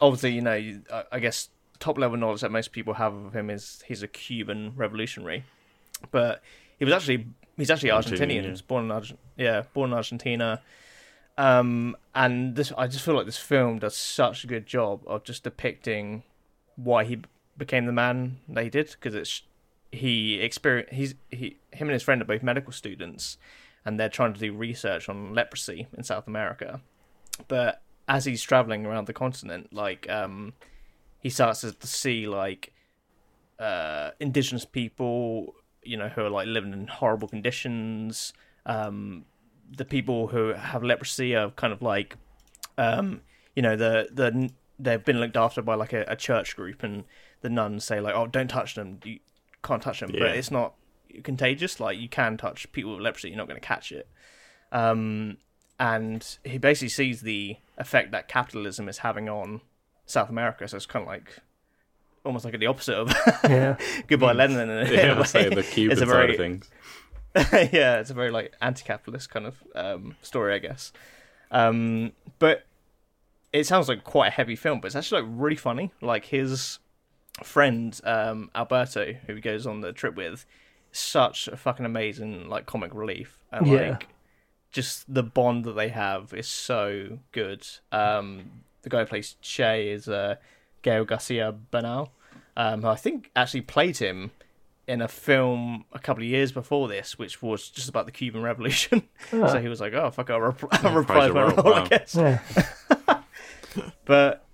obviously, you know, you- I- I guess top level knowledge that most people have of him is he's a Cuban revolutionary, but he was actually he's actually
Argentinian,
Argentinian.
yeah.
He was born in Argent- yeah, born in Argentina, Um, and this, I just feel like this film does such a good job of just depicting why he became the man that he did because it's he experienced he's he him and his friend are both medical students and they're trying to do research on leprosy in South America. But as he's traveling around the continent, like um, he starts to see like uh, indigenous people, you know, who are like living in horrible conditions. Um, the people who have leprosy are kind of like, um, you know, the the they've been looked after by like a, a church group, and the nuns say like, "Oh, don't touch them. You can't touch them."
Yeah.
But it's not contagious. Like you can touch people with leprosy, you're not going to catch it. Um, and he basically sees the effect that capitalism is having on South America. So it's kind of like almost like the opposite of
Uh, Yeah.
goodbye Lenin. In a
Yeah,
way.
I say the Cuban
It's a
side
very-
of things.
yeah, it's a very like anti-capitalist kind of um, story, I guess. Um, but it sounds like quite a heavy film, but it's actually like really funny. Like his friend um, Alberto, who he goes on the trip with, such a fucking amazing like comic relief, and
Yeah.
like just the bond that they have is so good. Um, the guy who plays Che is uh, Gael Garcia Bernal, um, who I think actually played him in a film a couple of years before this, which was just about the Cuban Revolution. so he was like, "Oh fuck, I'll, rep- I'll reprise
your
my
role,
role,
wow.
I guess."
Yeah.
But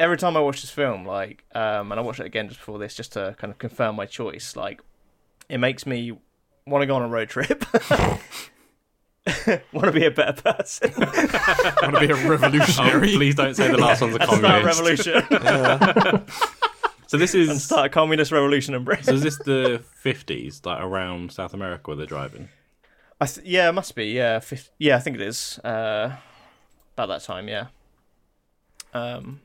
every time I watch this film, like, um, and I watched it again just before this, just to kind of confirm my choice, like, it makes me want to go on a road trip. want to be a better person.
I want to be a
Oh,
revolutionary.
please don't say the last one's a
Start a
communist.
revolution.
So this is
Start a communist revolution in Britain.
so is this the fifties, like around South America where they're driving?
I th- yeah, it must be. Yeah, fif- yeah, I think it is. Uh, about that time, yeah. Um,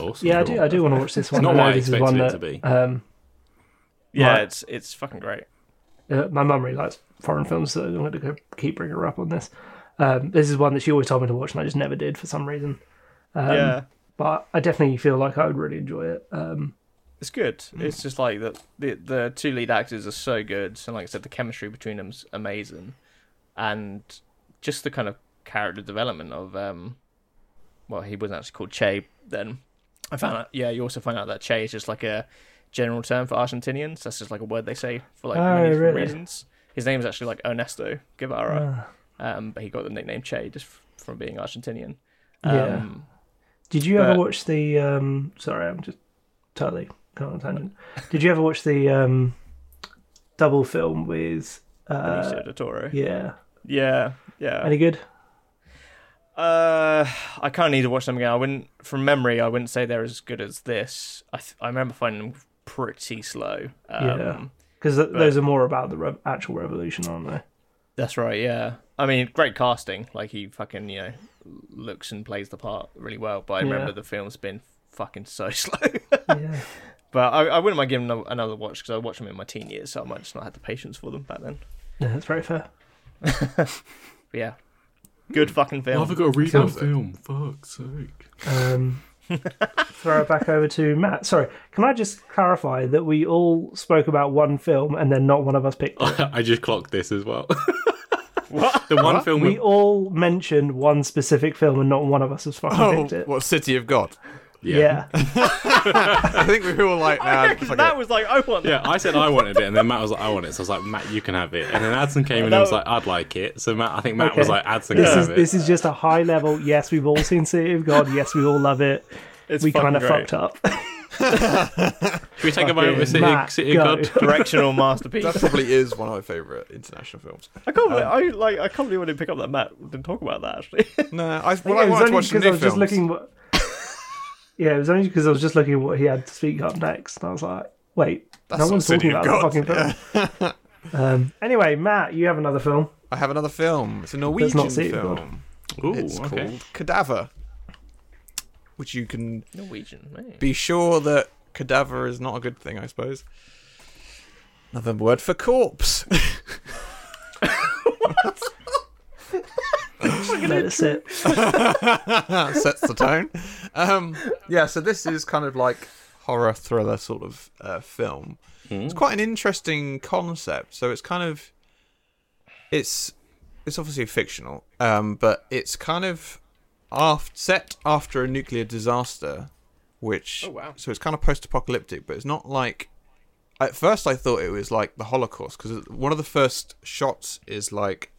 Awesome.
Yeah, I do. I do want to watch this one.
not
know
what I
this is
expected
one
it
that,
to be.
Um,
yeah,
Right.
it's it's fucking great.
uh, my mum really likes foreign films, so I'm going to go keep bringing her up on this. Um, this is one that she always told me to watch, and I just never did for some reason.
yeah,
But I definitely feel like I would really enjoy it. Um,
it's good. It's just like the, the the two lead actors are so good, and like I said, the chemistry between them's amazing, and just the kind of character development of um, well, he wasn't actually called Che then. I found out. Yeah, you also find out that Che is just like a general term for Argentinians. That's just like a word they say for like
Oh,
many different
really?
reasons. His name is actually like Ernesto Guevara,
Oh.
um, but he got the nickname Che just f- from being Argentinian.
Yeah.
Um,
did you ever
But-
watch the? Um, sorry, I'm just totally going on a tangent. Did you ever watch the um, double film with? Uh,
Benicio del Toro.
yeah.
Yeah, yeah.
Any good?
Uh, I kind of need to watch them again. I wouldn't, from memory, I wouldn't say they're as good as this. I th- I remember finding them pretty slow. Um,
Yeah. Because th- those are more about the re- actual revolution, aren't they?
That's right. Yeah. I mean, great casting. Like he fucking you know looks and plays the part really well. But I remember
Yeah.
the film's been fucking so slow.
yeah.
but I, I wouldn't mind giving them another watch because I watched them in my teen years, so I might just not have the patience for them back then.
Yeah, that's very fair.
But yeah, good fucking film.
I've got to read
Sounds-
that film. Fuck's sake.
Um, throw it back over to Matt. Sorry, can I just clarify that we all spoke about one film and then not one of us picked it?
I just clocked this as well. The one film
We
we
all mentioned one specific film and not one of us has fucking
Oh,
picked it.
what City of God?
Yeah.
I think we were all like, nah,
Yeah, 'cause
fuck
that
it.
was like I want
Yeah, I said I wanted it, and then Matt was like, "I want it." So I was like, "Matt, you can have it." And then Adson came in and was like, "I'd like it." So Matt, I think Matt was
Okay.
like, "Adson can
This is
have
this
it."
is just a high level. Yes, we've all seen City of God. Yes, we all love it.
It's
we
fucking
kind of
great.
fucked up.
Should we take a moment with City,
Matt,
City
go.
God?
directional masterpiece.
That probably is one of my favourite international films.
I can't. believe I like. I can't believe I didn't pick up that map. Didn't talk about that actually.
No,
Yeah,
I, well, I
it was
wanted
only
to
because
watch some
I
new
was just
films.
looking. What... yeah, it was only because I was just looking at what he had to speak up next, and I was like, "Wait, no
what
one's
City
talking
of
about that fucking film." um, anyway, Matt, you have another film.
I have another film. It's a
Let's
Norwegian
not see it, God.
film.
Ooh,
It's
okay.
called Cadaver, which you can
Norwegian. mate.
be sure that cadaver is not a good thing, I suppose. Another word for corpse.
Let it sit.
that sets the tone. Um, yeah, so this is kind of like horror thriller sort of uh, film. Hmm. It's quite an interesting concept. So it's kind of it's it's obviously fictional, um, but it's kind of aft, set after a nuclear disaster, which
Oh, wow.
so it's kind of post-apocalyptic, but it's not like. At first, I thought it was like the Holocaust because one of the first shots is like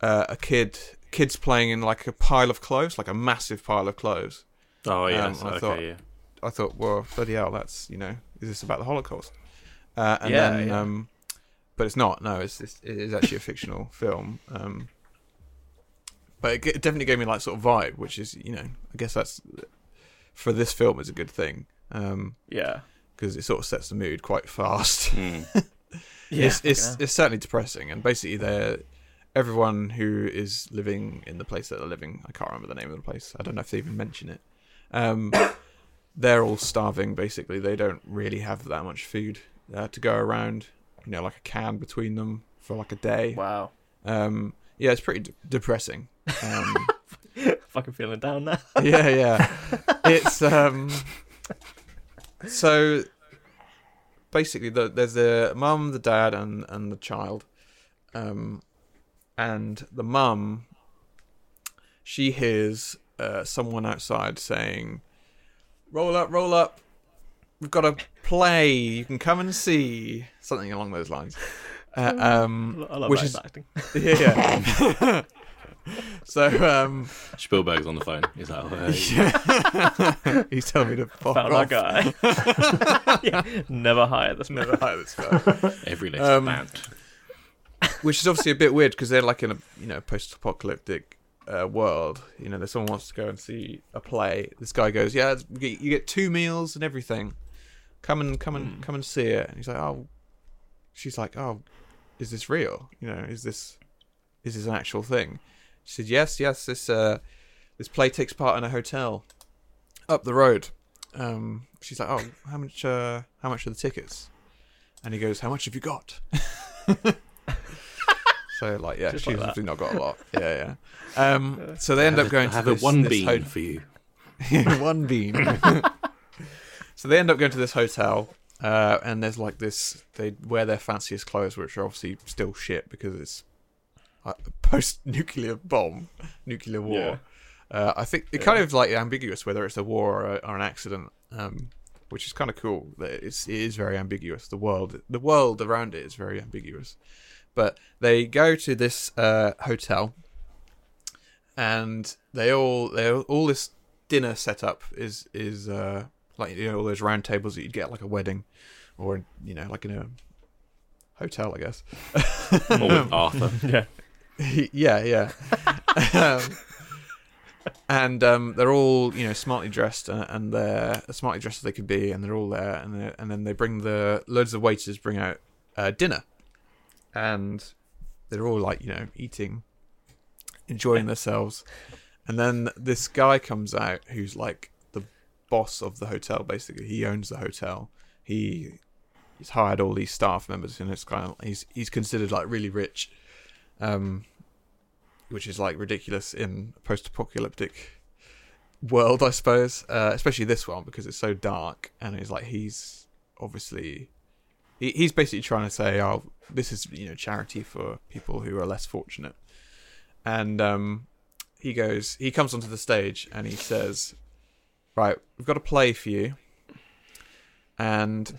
uh, a kid, kids playing in like a pile of clothes, like a massive pile of clothes.
Oh yes,
Um, I
okay,
thought-
yeah.
I thought, well, bloody hell, that's you know, is this about the Holocaust? Uh, and
Yeah,
then,
yeah.
Um, but it's not. No, it's, it's it is actually a fictional film. Um, but it, g- it definitely gave me like sort of vibe, which is you know, I guess that's for this film is a good thing Um, because
Yeah.
it sort of sets the mood quite fast.
Hmm. Yeah.
It's it's, it's certainly depressing, and basically they're. Everyone who is living in the place that they're living, I can't remember the name of the place. I don't know if they even mention it. Um, they're all starving. Basically, they don't really have that much food uh, to go around. You know, like a can between them for like a day.
Wow.
Um, yeah, it's pretty d- depressing. Um,
Fucking feeling down now.
yeah, yeah. It's um. So basically, the, there's the mum, the dad, and and the child, um, and the mum. She hears uh, someone outside saying, "Roll up, roll up. We've got a play. You can come and see something along those lines." Uh, um,
I love
Which
that
is-
acting.
yeah, yeah. so um,
Spielberg's on the phone. He's like, oh, hey.
yeah. he's telling me to pop
Found
off.
our guy. Yeah, Never hire this man.
Right, that's fair.
every latest
Um,
band.
Which is obviously a bit weird because they're like in a you know post-apocalyptic uh, world. You know, that someone wants to go and see a play. This guy goes, "Yeah, it's- you get- you get two meals and everything. Come and come and
Hmm.
come and see it." And he's like, "Oh," she's like, "Oh, is this real? You know, is this is this an actual thing?" She said, "Yes, yes. This uh, this play takes part in a hotel up the road." Um, she's like, "Oh, how much? Uh, how much are the tickets?" And he goes, "How much have you got?" so like, yeah,
Just
she's
like that.
obviously not got a lot. Yeah, yeah. Um, so they end up going
I
to
have
this,
a one
this
bean
ho-
for you.
one bean. so they end up going to this hotel, uh, and there's like this. They wear their fanciest clothes, which are obviously still shit because it's a post-nuclear bomb, nuclear war. Uh, I think it kind of like ambiguous whether it's a war or, a, or an accident, um, which is kind of cool. that It's it is very ambiguous. The world, the world around it is very ambiguous. But they go to this uh, hotel, and they all they all- all this dinner setup is is uh, like you know all those round tables that you'd get at, like a wedding, or you know like in a hotel, I guess.
Or with Arthur.
Yeah.
yeah, yeah. um, and um, they're all you know smartly dressed and, and they're as smartly dressed as they could be, and they're all there, and they're- and then they bring the loads of waiters bring out uh, dinner, and they're all like you know eating, enjoying themselves, and then this guy comes out who's like the boss of the hotel. Basically, he owns the hotel. He he's hired all these staff members, and it's kind of he's he's considered like really rich um, which is like ridiculous in a post-apocalyptic world, I suppose. Uh, especially this one because it's so dark, and it's like he's obviously he, he's basically trying to say, "Oh, this is you know charity for people who are less fortunate," and um, he goes, he comes onto the stage and he says, "Right, we've got a play for you." And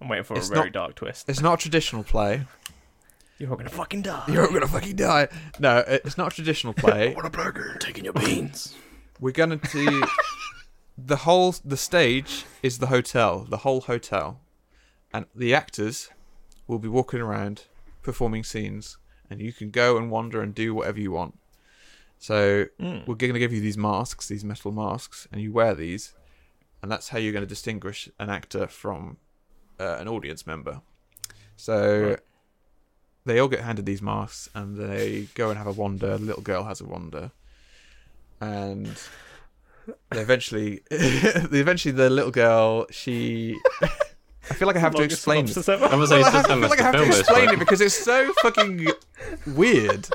I'm waiting for
It's
a very
not-
dark twist.
it's not a traditional play.
You're all gonna fucking die.
You're all gonna fucking die. No, it- it's not a traditional play.
What a burger! Taking your beans.
We're gonna do the whole. The stage is the hotel, the whole hotel, and the actors will be walking around performing scenes, and you can go and wander and do whatever you want. So
Hmm.
we're gonna give you these masks, these metal masks, and you wear these, and that's how you're gonna distinguish an actor from uh, an audience member. So. They all get handed these masks and they go and have a wander. The little girl has a wander and they eventually they eventually the little girl she I feel like I have to
Longest
explain this.
synopsis ever.
I was like,
I
I
have- I
feel
feel like I have to explain it because it's so fucking weird.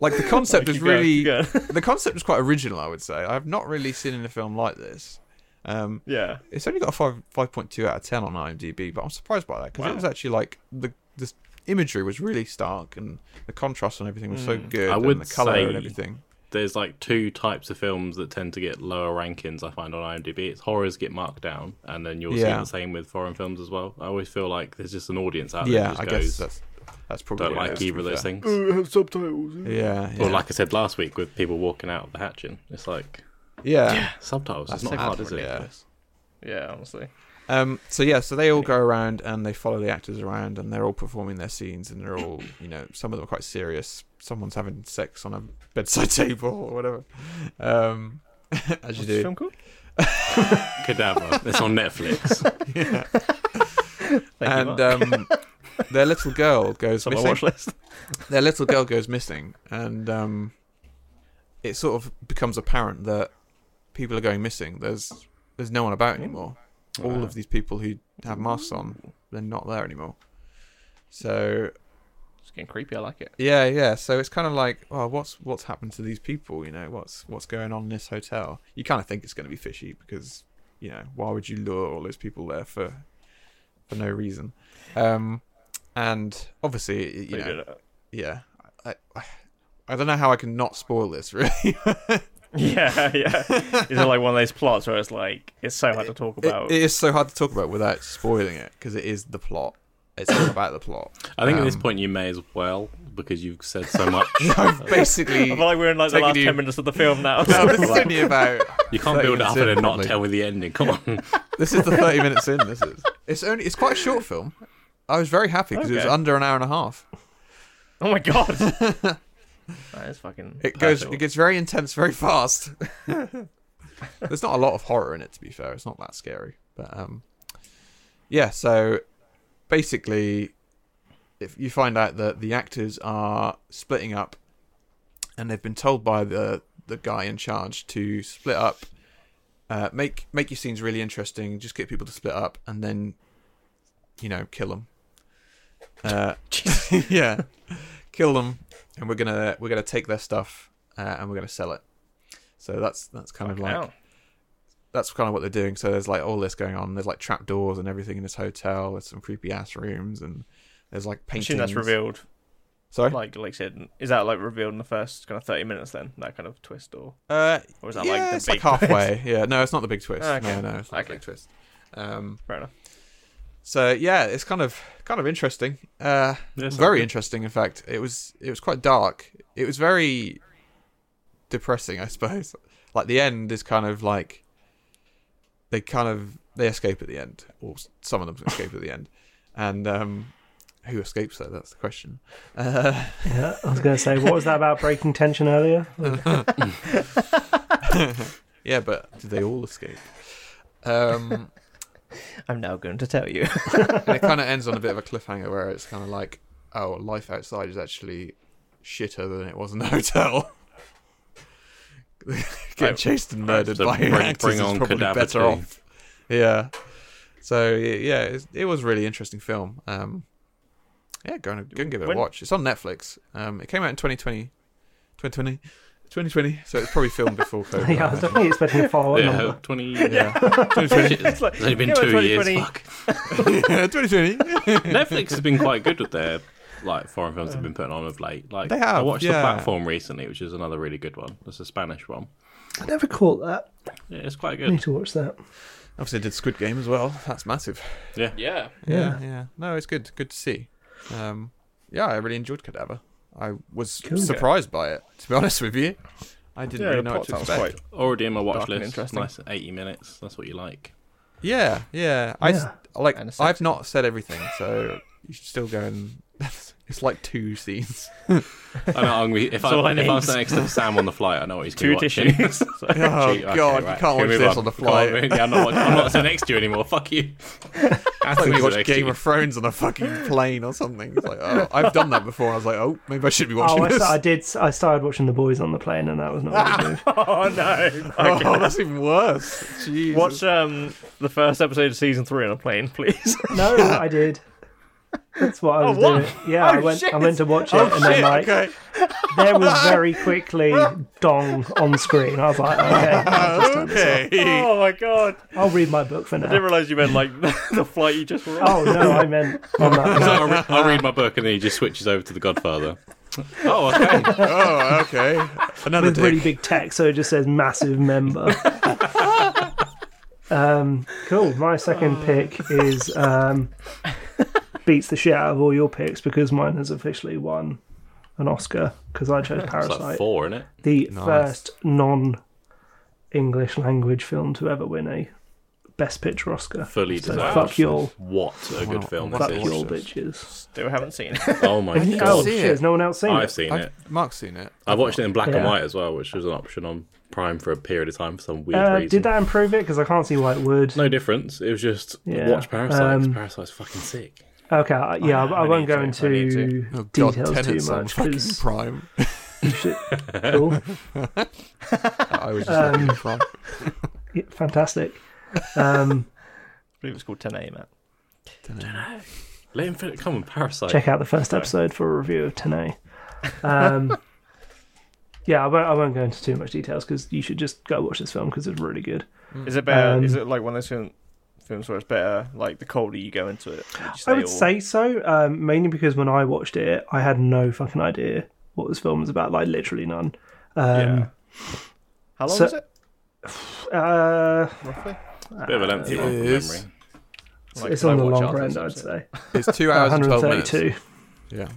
Like the concept
Keep
is
going,
really
keep going.
the concept is quite original, I would say. I've not really seen in a film like this. Um,
Yeah.
it's only got a five five point two out of ten on IMDb, but I'm surprised by that because it was actually like the the imagery was really stark, and the contrast and everything was so good.
Hmm. I would
and the color
say-
and everything.
There's like two types of films that tend to get lower rankings. I find on IMDb, it's horrors get marked down, and then you'll see
Yeah.
the same with foreign films as well. I always feel like there's just an audience out there
Yeah,
that just
I
goes
guess that's that's probably
don't
what it
like
is, to
either
be
of those
fair.
things.
have subtitles.
Yeah, yeah,
Or like I said last week, with people walking out of the hatching, it's like
yeah.
subtitles.
That's
it's not hard, is
different,
it?
yeah.
Yeah, honestly.
Um, so yeah, so they all go around and they follow the actors around and they're all performing their scenes and they're all, you know, some of them are quite serious. Someone's having sex on a bedside table or whatever. Um, as you
What's this
do.
film called?
Cadaver. It's on Netflix.
Thank you,
and
Mark.
um, their little girl
It's
goes
on my
missing.
watch list.
Their little girl goes missing and um, it sort of becomes apparent that people are going missing. There's there's no one about
Hmm.
anymore. All of these people who have masks on, they're not there anymore. So
It's getting creepy. I like it.
Yeah, yeah. So it's kind of like, oh, what's what's happened to these people? You know, what's what's going on in this hotel? You kind of think it's going to be fishy because, you know, why would you lure all those people there for for no reason? Um, and obviously, you
They
know,
did it.
yeah. I, I, I don't know how I can not spoil this, really.
Yeah, yeah. Is it like one of those plots where it's like it's so hard to talk
It-
about?
it is so hard to talk about without spoiling it because it is the plot. It's all about the plot.
I think at this
Um,
point you may as well because you've said so much.
I've basically.
I feel like we're in like the
Taking
last
you-
ten minutes of the film now.
no, this is only about.
You can't
30
build it up and
minutes
then
in,
not
probably.
tell me the ending. Come on.
This is the 30 minutes in. This is. It's only. It's quite a short film. I was very happy because it was
Okay.
under an hour and a half.
oh my god. that is fucking.
It goes.
perfect.
It gets very intense, very fast. There's not a lot of horror in it, to be fair. It's not that scary, but um, yeah. So basically, if you find out that the actors are splitting up, and they've been told by the the guy in charge to split up, uh, make make your scenes really interesting. Just get people to split up, and then you know kill them. Uh, yeah, kill them, and we're gonna we're gonna take their stuff uh, and we're gonna sell it. So that's that's kind of
Fucking
like
hell.
that's kind of what they're doing. So there's like all this going on. There's like trap doors and everything in this hotel. There's some creepy ass rooms and there's like
I
paintings.
assume that's revealed.
Sorry.
Like, like I said, is that like revealed in the first kind of thirty minutes? Then that kind of twist, or
Uh,
or is that
yeah,
like the
it's
big
like halfway. yeah, no, it's not the big twist.
Okay.
No, no, it's not the
Okay.
big twist. Um,
Fair enough.
so yeah, it's kind of kind of interesting. Uh,
Yes,
very
okay.
interesting, in fact. It was it was quite dark. It was very depressing, I suppose. Like the end is kind of like they kind of they escape at the end, or s- some of them escape at the end, and um, who escapes though? That's the question. Uh,
Yeah, I was going to say, what was that about breaking tension earlier?
yeah, but did they all escape? Um,
I'm now going to tell you.
and it kind of ends on a bit of a cliffhanger where it's kind of like, oh, life outside is actually shitter than it was in the hotel. Getting
Right.
chased and murdered
So
by
bring-
actors
bring on
is probably
Cadaver
better
Two.
off. Yeah. So y- yeah, it's, it was a really interesting film. Um, yeah, go and, go and give it
When-
a watch. It's on Netflix. Um, it came out in 2020, 2020, 2020. So it's probably filmed before COVID.
yeah, I was definitely expecting a follow up
Yeah,
number.
20.
yeah.
Shit, It's
like-
only been
yeah,
two years.
2020.
Fuck.
2020.
Netflix has been quite good with their like foreign films they've been putting on of late. Like
They have,
I watched
yeah.
the platform recently, which is another really good one. It's a Spanish one.
I never caught that.
Yeah, it's quite
I need
good.
to watch that.
Obviously, did Squid Game as well. That's massive.
Yeah.
Yeah.
yeah, yeah. No, it's good. Good to see. Um, yeah, I really enjoyed Cadaver. I was surprised by it, to be honest with you. I didn't
Yeah,
really
the
know what
plot
to
sounds
expect.
quite.
Already in my watch
Dark and
list.
interesting.
Nice 80 minutes. That's what you like.
Yeah, yeah. I s- like.
And a sex
I've not said everything, so you should still go and. it's like two scenes.
I know, I'm, if,
all I
I, if
need.
I'm sitting next to Sam on the flight, I know what he's
Two
going to be watching.
tissues. So-
Oh
Gee, okay, right.
God, you can't
Can
watch
we move
this on,
on?
the
We can't
flight.
move- yeah, I'm, not, watch- I'm not sitting next to you anymore. Fuck you.
I thought you
Who's
watch
next
Game
to
of Thrones on a fucking plane or something. It's like, oh, I've done that before. I was like, oh, maybe I should be watching
Oh, I,
this.
sta- I did. I started watching The Boys on the plane, and that was not a good move.
oh no.
Oh, that's even worse. Jesus.
Watch um the first episode of season three on a plane, please.
No, I did. That's what I was
what?
doing. Yeah, I
Oh,
went. I
shit.
went to watch it, and then like
okay.
there was very quickly dong on screen. I was like, okay,
Okay.
Oh my god!
I'll read my book for
I didn't
now.
realize you meant like the flight you just were on.
Oh no, I meant on that.
So I'll, re- I'll read my book and then he just switches over to The Godfather. Oh, okay.
oh, okay. Another
with really
dick.
big text, so it just says massive member. um, cool. My second
Oh.
pick is um, beats the shit out of all your picks because mine has officially won an Oscar because I chose
It's like
Parasite,
four, isn't it?
the
Nice.
first non-English language film to ever win a Best Picture Oscar.
Fully
so
deserved.
fuck you all,
What a good
Wow,
film
that's
this
fuck
awesome.
you all,
is.
bitches.
Still haven't seen it.
Oh my
Oh,
god.
see
shit,
it.
has no one else seen
I've
it?
seen it.
I've, Mark's seen it.
I've watched it in black and
Yeah.
white as well, which was an option on Prime for a period of time for some weird
Uh,
reason.
did that improve it? Because I can't see why it would.
No difference. It was just
Yeah.
watch Parasite. 'cause
Um,
Parasite's fucking sick.
Okay, I- yeah, I, I won't
need
go
to, I
into
need
Oh, God,
details too
Tenet's on
much.
fucking
'cause-
Prime.
shit. Cool.
I was
Um,
just looking at Prime.
Yeah, fantastic. Um,
I believe it's called 10A, Matt.
Let him finish. Come on, Parasite.
check out the first episode for a review of Tanae. Um, yeah, I won't, I won't go into too much details because you should just go watch this film because it's really good.
Is it better?
Um,
is it like one of those film, films where it's better? Like the colder you go into it, would you
I would
or-
say so, um, mainly because when I watched it, I had no fucking idea what this film was about, like literally none. Um,
How long
so-
is it?
uh,
Roughly.
Bit of a lengthy one from
It is.
memory.
Like,
it's
I
on the
watch
longer
Arthur's
end, I'd
episode.
say.
It's two hours and twelve minutes.
132.
Yeah.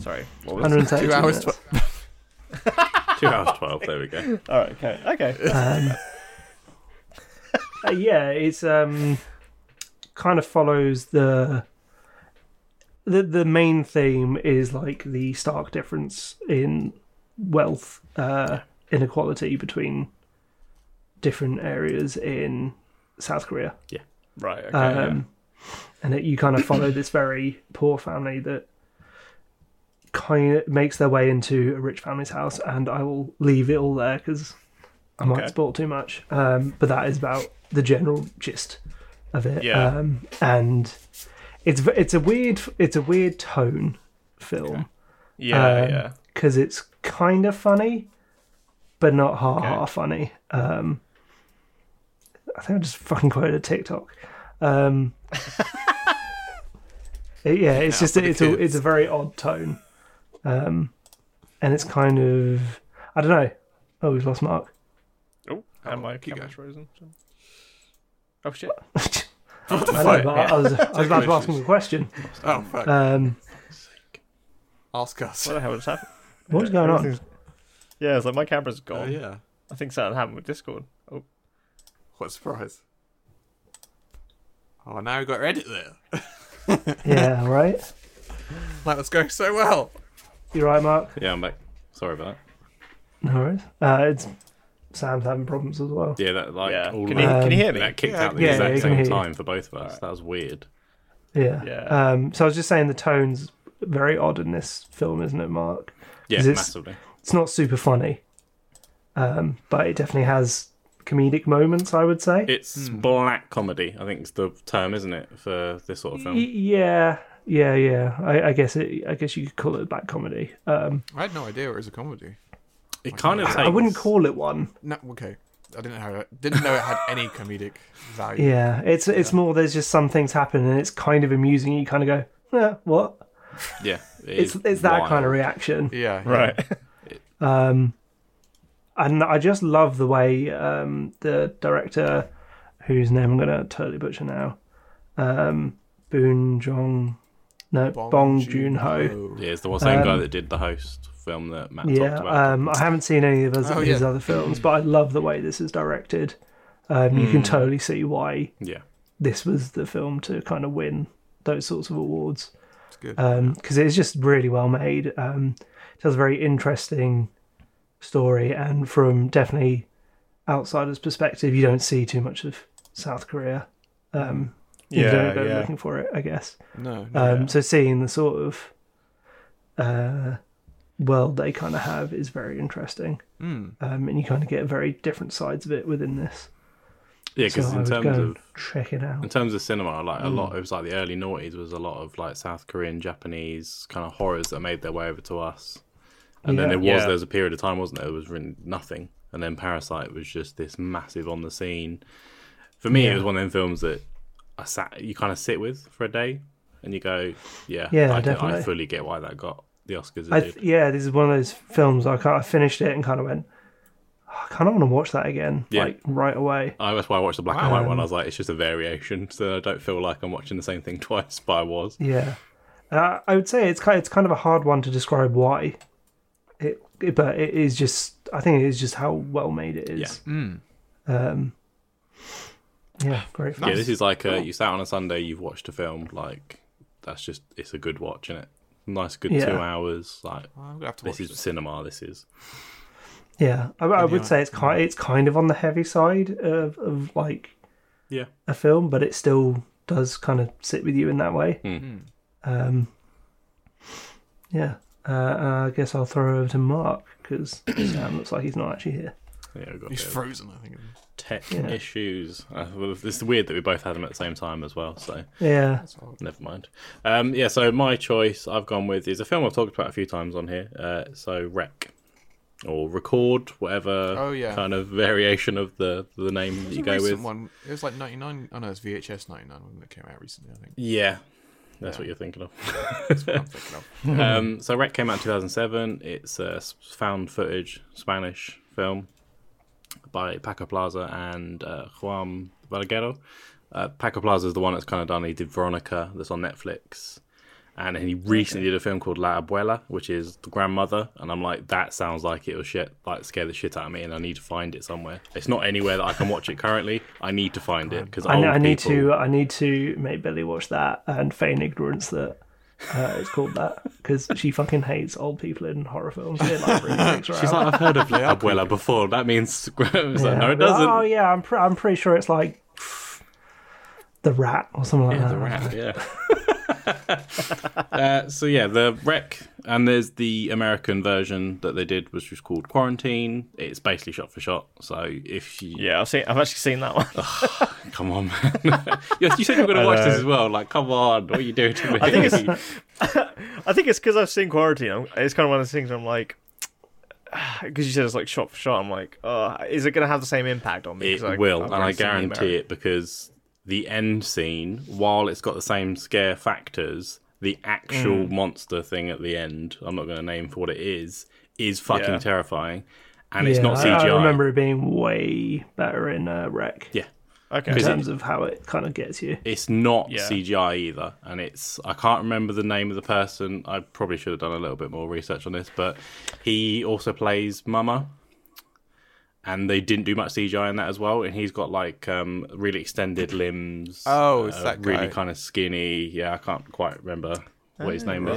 Sorry. What was it?
132
Two hours.
minutes.
Tw-
Two hours twelve. There we go.
All right. Okay. Okay.
um, uh, yeah, it's um, kind of follows the the the main theme is like the stark difference in wealth uh, inequality between different areas in South Korea.
Right. Okay.
Um, and it, you kind of follow this very poor family that kind of makes their way into a rich family's house. And I will leave it all there because I
Okay.
might spoil too much. Um, but that is about the general gist of it.
Yeah.
Um, and it's v- it's a weird it's a weird tone film
yeah.
um,
yeah.
because it's kind of funny, but not ha ha funny. Um, I think I just fucking quoted a TikTok. Um, it- yeah, it's just
for the
it's a
kids.
it's a very odd tone, um, and it's kind of I don't know. Oh, we've lost Mark.
Oh, and my
keep
camera's frozen. so- Oh shit!
I know, but I, I was, I was about to ask him
issues.
a question.
Oh fuck.
Um,
Ask us.
What the hell just happened?
what's going on?
Everything's- Yeah, it's like my camera's
Oh
gone.
yeah.
I think something happened with Discord. Oh,
What a surprise. Oh, now we got Reddit there.
Yeah, right.
That was going so well.
You right, Mark?
Yeah, I'm back. Sorry about
No worries. Uh, it's Sam's having problems as well.
that. Yeah, that like
yeah.
all
Can
of
you, can you hear me?
that kicked out at the
Yeah, yeah, you
exact
can
same
hear you.
time for both of us. That was weird.
Yeah.
Yeah.
Um, so I was just saying the tone's very odd in this film, isn't it, Mark?
Yeah,
Is it-
massively.
It's not super funny, um, but it definitely has comedic moments, I would say.
It's
Hmm.
black comedy. I think it's the term, isn't it, for this sort of
Y-
film?
yeah. Yeah, yeah. I, I guess it. I guess you could call it black comedy. Um,
I had no idea it was a comedy.
It kind of. Takes,
I wouldn't call it one.
No, okay. I didn't know. how it- Didn't know it had any comedic value.
Yeah, it's it's more. There's just some things happen, and it's kind of amusing. You kind of go, yeah, what?
Yeah, it
It's
is
it's that kind
wild.
of reaction.
Yeah. yeah.
Right.
and I just love the way um, the director, whose name I'm gonna totally butcher now, um, Boon Jong, no Bong, Joon Ho.
Yeah, it's the same guy that did the host film that Matt
Um, Yeah,
talked about.
um, I haven't seen any of his,
Oh,
his
yeah.
other films, but I love the way this is directed. Um, You can totally see why
yeah,
this was the film to kind of win those sorts of awards. It's
good.
because it's just really well made. Um, it tells a very interesting story, and from definitely outsiders' perspective, you don't see too much of South Korea. Um, yeah, you
Yeah,
don't go
yeah.
looking for it, I guess.
No. no.
Um, So seeing the sort of uh, world they kind of have is very interesting,
Hmm.
Mm.
um, and you kind of get very different sides of it within this.
Yeah, because
so I
in
Mm. would
terms
go
of
check it out.
in terms of cinema, like a lot, it was like the early noughties was a lot of like South Korean, Japanese kind of horrors that made their way over to us. And then
Yeah.
there was
Yeah.
there was a period of time, wasn't there? It was written nothing, and then Parasite was just this massive on the scene. For me, it was one of them films that I sat you kind of sit with for a day, and you go, yeah,
Yeah,
I, can- I
definitely.
fully get why that got the Oscars. It
I
did.
th- yeah, this is one of those films I kind of finished it and kind of went, "Oh, I kind of want to watch that again,
Yeah.
like right away.
I, that's why I watched the black and white one. I was like, it's just a variation, so I don't feel like I'm watching the same thing twice. But I was.
Yeah, uh, I would say it's kind it's kind of a hard one to describe why. It, it- but it is just I think it is just how well made it is. Yeah,
Hmm.
um, yeah, great. film.
Yeah, this is like uh you sat on a Sunday, you've watched a film. Like that's just it's a good watch, is it? Nice, good
Yeah.
two hours. Like
I'm gonna have to watch
this is
this.
cinema. This is
Yeah, I, I would say it's kind it's kind of on the heavy side of, of like
yeah,
a film, but it still does kind of sit with you in that way.
Hmm.
Um, yeah, uh, uh, I guess I'll throw over to Mark because Sam looks like he's not actually here.
yeah. We've got a
He's
bit of
frozen, I think.
tech
Yeah.
issues. Uh, well, it's weird that we both had them at the same time as well. So
Yeah,
Never mind. Um, yeah, so my choice I've gone with is a film I've talked about a few times on here. Uh, so Wreck or Record, whatever
Oh, yeah.
kind of variation of the the name that
It's
you
a
go
recent
with.
one. It was like 99. Oh no, it's VHS 99 when it came out recently. I think.
Yeah, that's
Yeah.
what you're thinking of.
That's what I'm thinking of.
Hmm.
um, so Wreck came out in 2007. It's a s- found footage Spanish film by Paco Plaza and uh, Juan Valguero. Uh, Paco Plaza is the one that's kind of done. He did Veronica, that's on Netflix, and he recently did a film called La Abuela, which is the grandmother. And I'm like, that sounds like it'll shit, like scare the shit out of me, and I need to find it somewhere. It's not anywhere that I can watch it currently. I need to find it because
I, I need to uh, I need to make Billy watch that and feign ignorance that. Uh, it's called that because she fucking hates old people in horror films. They like really freaks her
She's
out.
like, I've heard of La Abuela before. That means It's like,
Yeah.
no, it doesn't.
Oh yeah, I'm pre- I'm pretty sure it's like the rat or something like
Yeah,
that.
the rat. Yeah. uh, so yeah, the wreck, and there's the American version that they did, which was called Quarantine. It's basically shot for shot. So if you
Yeah, I've seen. I've actually seen that one.
come on, man, Yes, you said you were going to watch this as well. Like, come on, what are you doing to me? I
think it's- I think it's because I've seen Quarantine. I'm- It's kind of one of those things. I'm like, because you said it's like shot for shot. I'm like, oh, is it going to have the same impact on me?
it
'Cause I-
will,
I've
and I
already seen the
guarantee
Ameri-
it because the end scene, while it's got the same scare factors, the actual
Mm.
monster thing at the end, I'm not going to name for what it is, is fucking
Yeah.
terrifying, and it's
Yeah,
not CGI.
I, I remember it being way better in uh, Wreck
Yeah.
Okay.
in
Is it-
terms of how it kind of gets you.
It's not
Yeah.
CGI either, and it's I can't remember the name of the person. I probably should have done a little bit more research on this, but he also plays Mama, and they didn't do much CGI in that as well. And he's got like um, really extended limbs. uh,
Oh, it's that
really
guy. Uh,
kind of skinny. Yeah, I can't quite remember what his name was.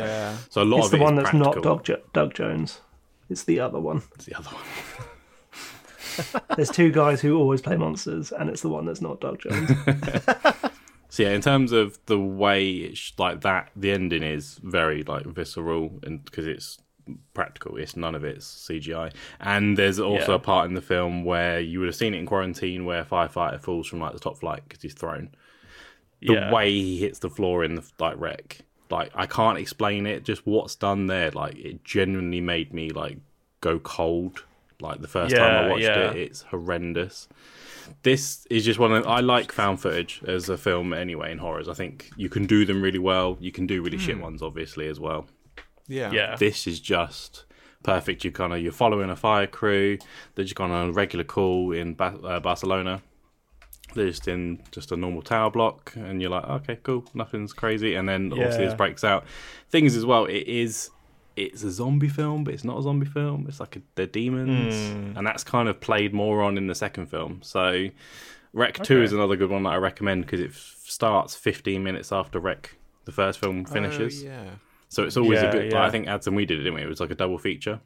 So a lot
It's
of
the
it is
one that's not
practical.
Doug, jo- Doug Jones. It's the other one.
It's the other one.
There's two guys who always play monsters, and it's the one that's not Doug Jones.
So yeah, in terms of the way it's like that, the ending is very like visceral, and because it's practical, it's none of it's CGI. And there's also
Yeah.
a part in the film where you would have seen it in quarantine, where a firefighter falls from like the top flight because he's thrown. The
Yeah.
way he hits the floor in the like wreck, like I can't explain it. Just what's done there, like it genuinely made me like go cold. Like the first time I
Yeah,
watched
yeah.
it, it's horrendous this is just one of I like found footage as a film anyway in horrors. I think you can do them really well. You can do really shit
Hmm.
ones obviously as well.
Yeah.
Yeah.
This is just perfect. You kind of you're following a fire crew. They're just gone on a regular call in ba- uh, Barcelona. They're just in just a normal tower block, and you're like, okay, cool, nothing's crazy. And then obviously this
Yeah.
breaks out. Things as well. It is. It's a zombie film, but it's not a zombie film. It's like a, they're demons, and that's kind of played more on in the second film. So, Wreck Two is another good one that I recommend because it f- starts 15 minutes after Wreck, the first film finishes.
Oh, yeah.
So it's always
Yeah,
a good.
yeah.
I think Ads and we did it, didn't we? It was like a double feature.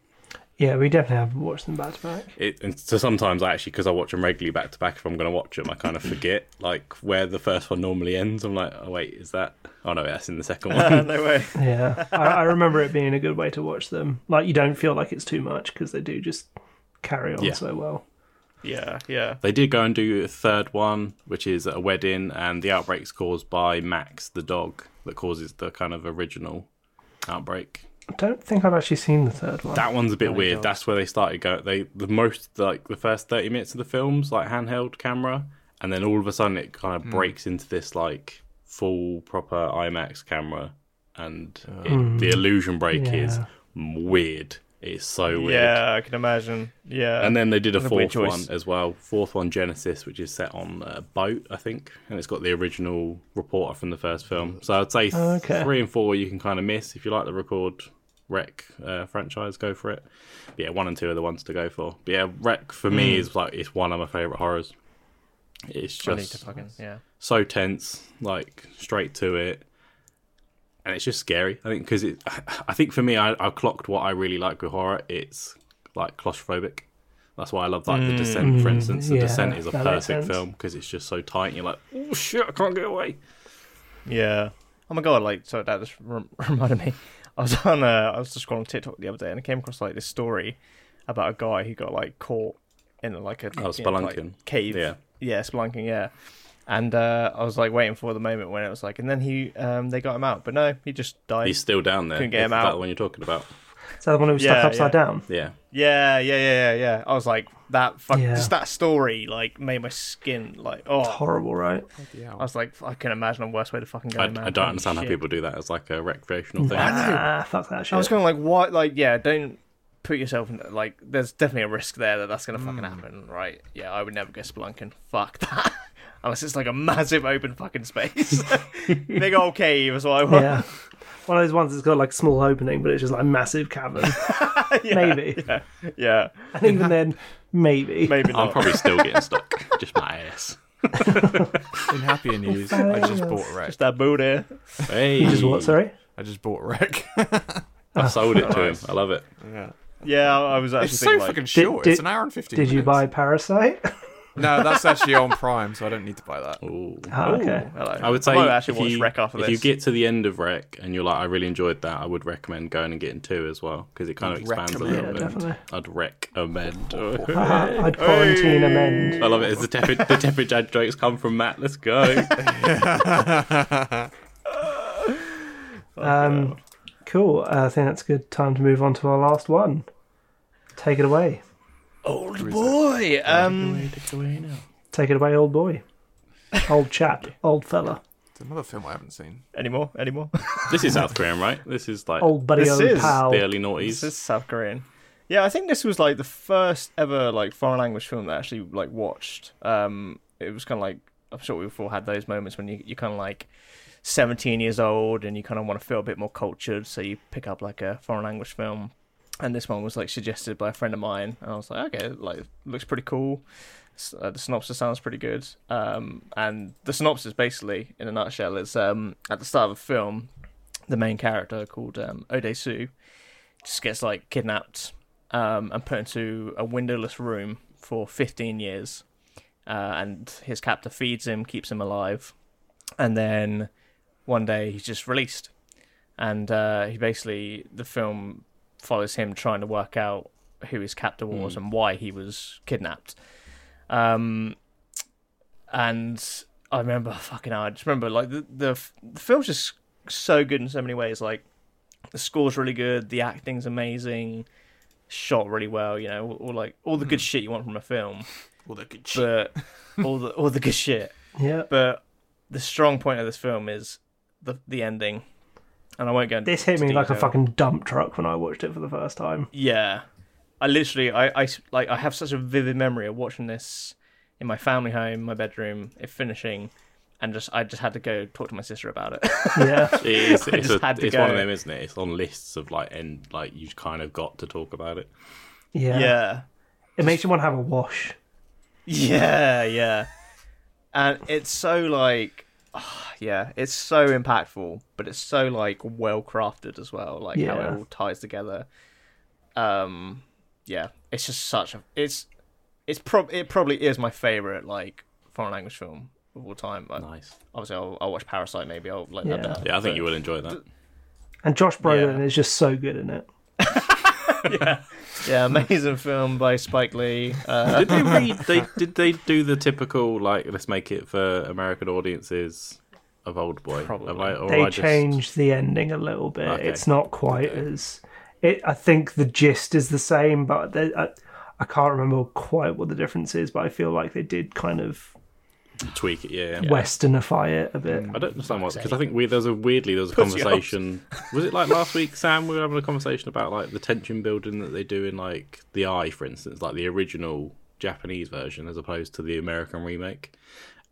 yeah, we definitely haven't watched them back to back.
It, and so sometimes I actually, because I watch them regularly back to back, if I'm going to watch them, I kind of forget like where the first one normally ends. I'm like, oh wait, is that? Oh no, that's in the second one.
no way.
Yeah, I, I remember it being a good way to watch them. Like you don't feel like it's too much because they do just carry on
Yeah.
so well.
Yeah, yeah.
They did go and do a third one, which is a wedding, and the outbreak's caused by Max, the dog, that causes the kind of original outbreak.
I don't think I've actually seen the third one.
That one's a bit weird. That's where they started going. They the most like the first thirty minutes of the film's like handheld camera, and then all of a sudden it kind of breaks into this like full proper IMAX camera, and it, the illusion break is
Yeah.
weird. It's so weird.
Yeah, I can imagine. Yeah.
And then they did a
What a weird
fourth one
choice.
as well. Fourth one, Genesis, which is set on a boat, I think, and it's got the original reporter from the first film. So I'd say th-
Oh, okay.
three and four you can kind of miss if you like the record wreck uh, franchise. Go for it. But yeah, one and two are the ones to go for. But yeah, wreck for me is like it's one of my favorite horrors. It's
Hmm. I need to
just
fucking yeah.
so tense, like straight to it, and it's just scary. I think because it, I think for me, I, I clocked what I really like with horror. It's like claustrophobic. That's why I love like The Descent, for instance. The
Mm. yeah,
Descent is a
that makes
perfect
sense.
film because it's just so tight. and You're like, oh shit, I can't get away.
Yeah. Oh my god! Like, so that just rem- reminded me. I was on, uh, I was just scrolling TikTok the other day, and I came across like this story about a guy who got like caught in like a
Oh,
you know, like,
spelunking.
cave.
Yeah.
yeah, spelunking. Yeah, and uh, I was like waiting for the moment when it was like, and then he, um, they got him out, but no, he just died.
He's still down there.
Couldn't get him
Is that
out.
the one you're talking about?
Is that the one who was stuck
Yeah,
upside
yeah.
down?
Yeah.
Yeah, yeah, yeah, yeah, yeah. I was like that. Fuck,
Yeah.
just that story like made my skin like oh.
Horrible, right?
I was like, I can imagine a worse way to fucking go.
I,
man.
I don't
Holy
understand how
shit.
people do that as like a recreational thing.
Ah, fuck that shit.
I was going like, what? Like, yeah, don't put yourself in. Like, there's definitely a risk there that that's gonna fucking happen, right? Yeah, I would never go spelunking. Fuck that. Unless it's like a massive open fucking space, big old cave is what I want.
yeah. One of those ones that's got like a small opening, but it's just like a massive cavern. maybe.
Yeah,
And even then, maybe.
maybe
I'm
not.
probably still getting stuck. Just my ass.
In happier news, I just bought wreck.
Just that booty.
Hey,
Which is what, sorry?
I just bought wreck.
I sold it to him. I love it.
Yeah, I I was actually
it's so
thinking like,
fucking short. it's
did-
an hour and fifteen.
Did you buy
minutes.
Parasite?
No, that's actually on Prime, so I don't need to buy that.
Ooh.
Ah, okay.
hello.
I would say
might
if,
actually watch
you,
Wreck after
if
this.
you get to the end of Wreck and you're like, I really enjoyed that, I would recommend going and getting two as well because it kind of
I'd
expands a
recommend.
little
Yeah,
bit.
definitely.
I'd recommend. I
Uh, I'd quarantine amend.
love it. It's the tepid, the tepid dad jokes come from Matt. Let's go.
Um, cool. Uh, I think that's a good time to move on to our last one. Take it away.
old boy. Um,
Take it away, old boy. Old chap. Old fella.
It's another film I haven't seen.
anymore, anymore.
this is South Korean, right? This is like
Old buddy,
This
old
is
pal.
the early
This is
noughties.
South Korean. Yeah, I think this was like the first ever like foreign language film that I actually like watched. Um, it was kind of like I'm sure we've all had those moments when you you kind of like 17 years old and you kind of want to feel a bit more cultured, so you pick up like a foreign language film. And this one was like suggested by a friend of mine, and I was like, okay, like looks pretty cool. S- Uh, the synopsis sounds pretty good. Um, and the synopsis basically, in a nutshell, is um, at the start of the film, the main character called um, Ode Sue just gets like kidnapped um, and put into a windowless room for 15 years. Uh, and his captor feeds him, keeps him alive. And then one day he's just released. And uh, he basically, the film follows him trying to work out who his captor was and why he was kidnapped. Um, and I remember, fucking hell, I just remember, like, the, the, f- the film's just so good in so many ways. Like, the score's really good, the acting's amazing, shot really well, you know, all, all like all the
Hmm.
good shit you want from a film,
Well, that good
but all the all the good shit.
Yeah.
But the strong point of this film is the the ending, and I won't go. Into
This hit me like a
detail.
fucking dump truck when I watched it for the first time.
Yeah, I literally, I, I s- like, I have such a vivid memory of watching this in my family home, my bedroom, it finishing, and just I just had to go talk to my sister about it.
Yeah.
It is,
I
it's
just
a-
had to
it's one
go.
of them, isn't it? It's on lists of like end, like you kind of got to talk about it.
Yeah.
yeah.
It makes you want to have a wash.
Yeah, yeah. And it's so like ah, yeah, it's so impactful, but it's so like well crafted as well, like how
Yeah.
it all ties together. Um yeah, it's just such a it's it's prob it probably is my favorite like foreign language film of all time. Like,
Nice.
Obviously, I'll, I'll watch Parasite. Maybe I'll like
Yeah.
that.
Yeah, I think you will enjoy that.
And Josh Brolin
Yeah.
is just so good in it.
yeah, amazing film by Spike Lee. Uh,
did they, re- they did they do the typical like let's make it for American audiences of old boy?
Probably.
Am I- or
they
Oh, I just-
changed the ending a little bit.
Okay.
It's not quite as. It, I think the gist is the same, but they, I, I can't remember quite what the difference is. But I feel like they did kind of
tweak it. Yeah. Mm.
westernify it a bit.
I don't understand why because I think we there was a weirdly there was a
you
conversation. Was it like last week, Sam? We were having a conversation about like the tension building that they do in like the Eye, for instance, like the original Japanese version as opposed to the American remake.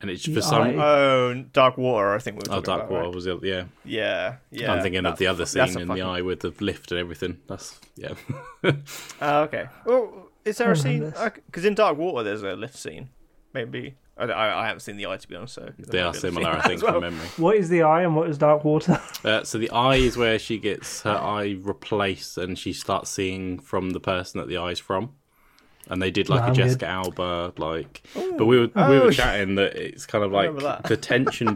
And it's for some
Eye.
oh, Dark Water. I think we were
oh
talking
Dark
about,
Water
right?
was the yeah.
Yeah, yeah.
I'm thinking of the other
that's
scene
a
in
fucking-
the Eye with the lift and everything. That's yeah.
Oh, okay. Well, is there a scene?
remember
Because in Dark Water, there's a lift scene. Maybe I, I, I haven't seen the eye to be honest. So
they are similar, I think, from memory.
What is the eye and what is dark water?
Uh, so the eye is where she gets her eye replaced, and she starts seeing from the person that the eye's from. And they did like a
Rounded.
Jessica Alba, like. But we were we
Oh,
were
yeah.
chatting that it's kind of like
remember that.
the tension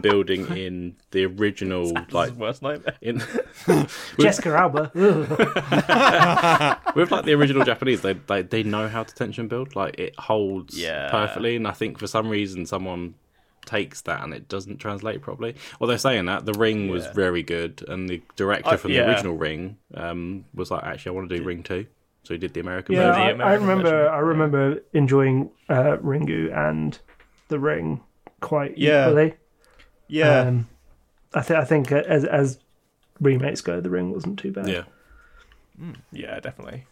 building in the original, like
Like worst nightmare.
in
Jessica Alba. Ugh.
with like the original Japanese, they, they they know how to tension build. Like it holds
Yeah.
perfectly, and I think for some reason someone takes that and it doesn't translate properly. Although saying that, the Ring was
Yeah.
very good, and the director
I-
from
yeah.
the original Ring um, was like, actually, I want to do Ring two, so he did the American
yeah,
version.
I, I
American
remember.
version.
I remember enjoying uh, Ringu and the Ring quite
Yeah.
equally.
Yeah,
Um, I, th- I think uh, as as remakes go, the Ring wasn't too bad.
yeah,
yeah, definitely.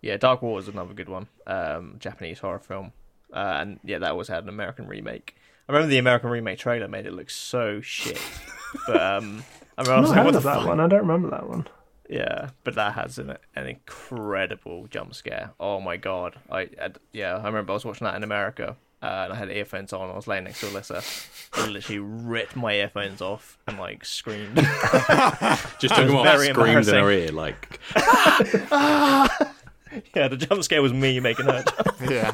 Yeah, Dark Water is another good one. Um, Japanese horror film, uh, and yeah, that always had an American remake. I remember the American remake trailer made it look so shit, but um, I remember I
I'm
was
not
like, what
heard
the
of that one. I don't remember that one.
Yeah, but that has an, an incredible jump scare. Oh my god! I, I yeah, I remember I was watching that in America, uh, and I had earphones on. I was laying next to Alyssa. I literally ripped my earphones off and like screamed.
just took him off,
very
screamed in her
embarrassing.
ear like,
yeah, the jump scare was me making her. jump.
yeah.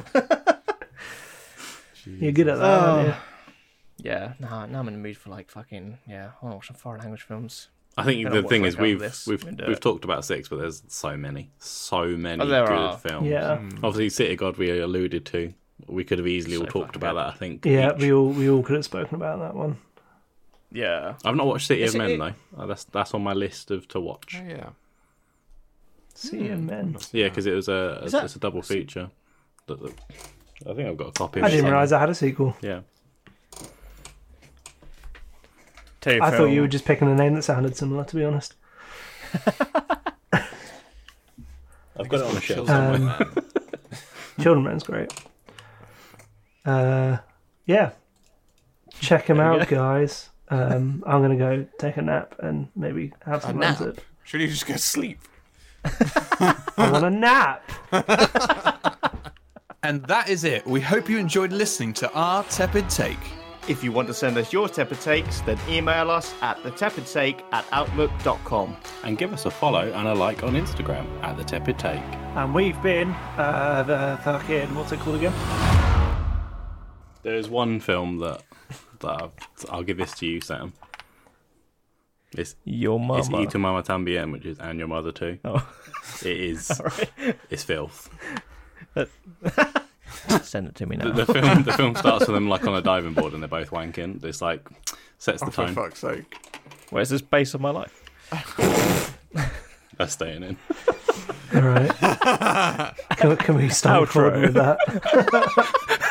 You're good at that. aren't you?
yeah, no, now I'm in the mood for like fucking yeah. I want to watch some foreign language films.
I think
Then
the
I'll
thing
watch
is
like
we've
this
we've
and do
we've
it.
talked about six, but there's so many, so many
there
good
are.
films.
Yeah.
obviously, City of God we alluded to. We could have easily all
So
talked
fucking
about
good.
that. I think.
Yeah,
each.
we all we all could have spoken about that one.
Yeah,
I've not watched City
Is
of Men
it-
though. Uh, That's that's on my list of to watch.
Oh, yeah.
See you, men.
Yeah, because it was a
Is that-
it's a double feature. That- that- I think I've got a copy.
I
of it
didn't
somewhere.
realize I had a sequel.
Yeah,
Terry
I thought you were
Farrell.
just picking a name that sounded similar. To be honest,
I've got it on a shelf.
Um, Children Men's great. Uh, yeah, check them out, guys. Um, I'm gonna go take a nap and maybe have some runs
nap?
it.
Should you just go sleep?
I want a nap.
And that is it. We hope you enjoyed listening to our tepid take.
If you want to send us your tepid takes, then email us at thetepidtake at outlook.com.
And give us a follow and a like on Instagram at the Tepid Take.
And we've been uh, the fucking what's it called again?
There is one film that that I've, I'll give this to you, Sam. It's
your
it's
mama.
E tu mama tambien, which is and your mother too.
Oh.
It is. It's filth.
Send it to me
The,
now.
the film the film starts with them like on a diving board and they're both wanking. It's like sets the
Oh, for
tone.
fuck's sake.
Where's this base of my life?
That's staying in.
All right. can, can we start
Outro.
recording with that?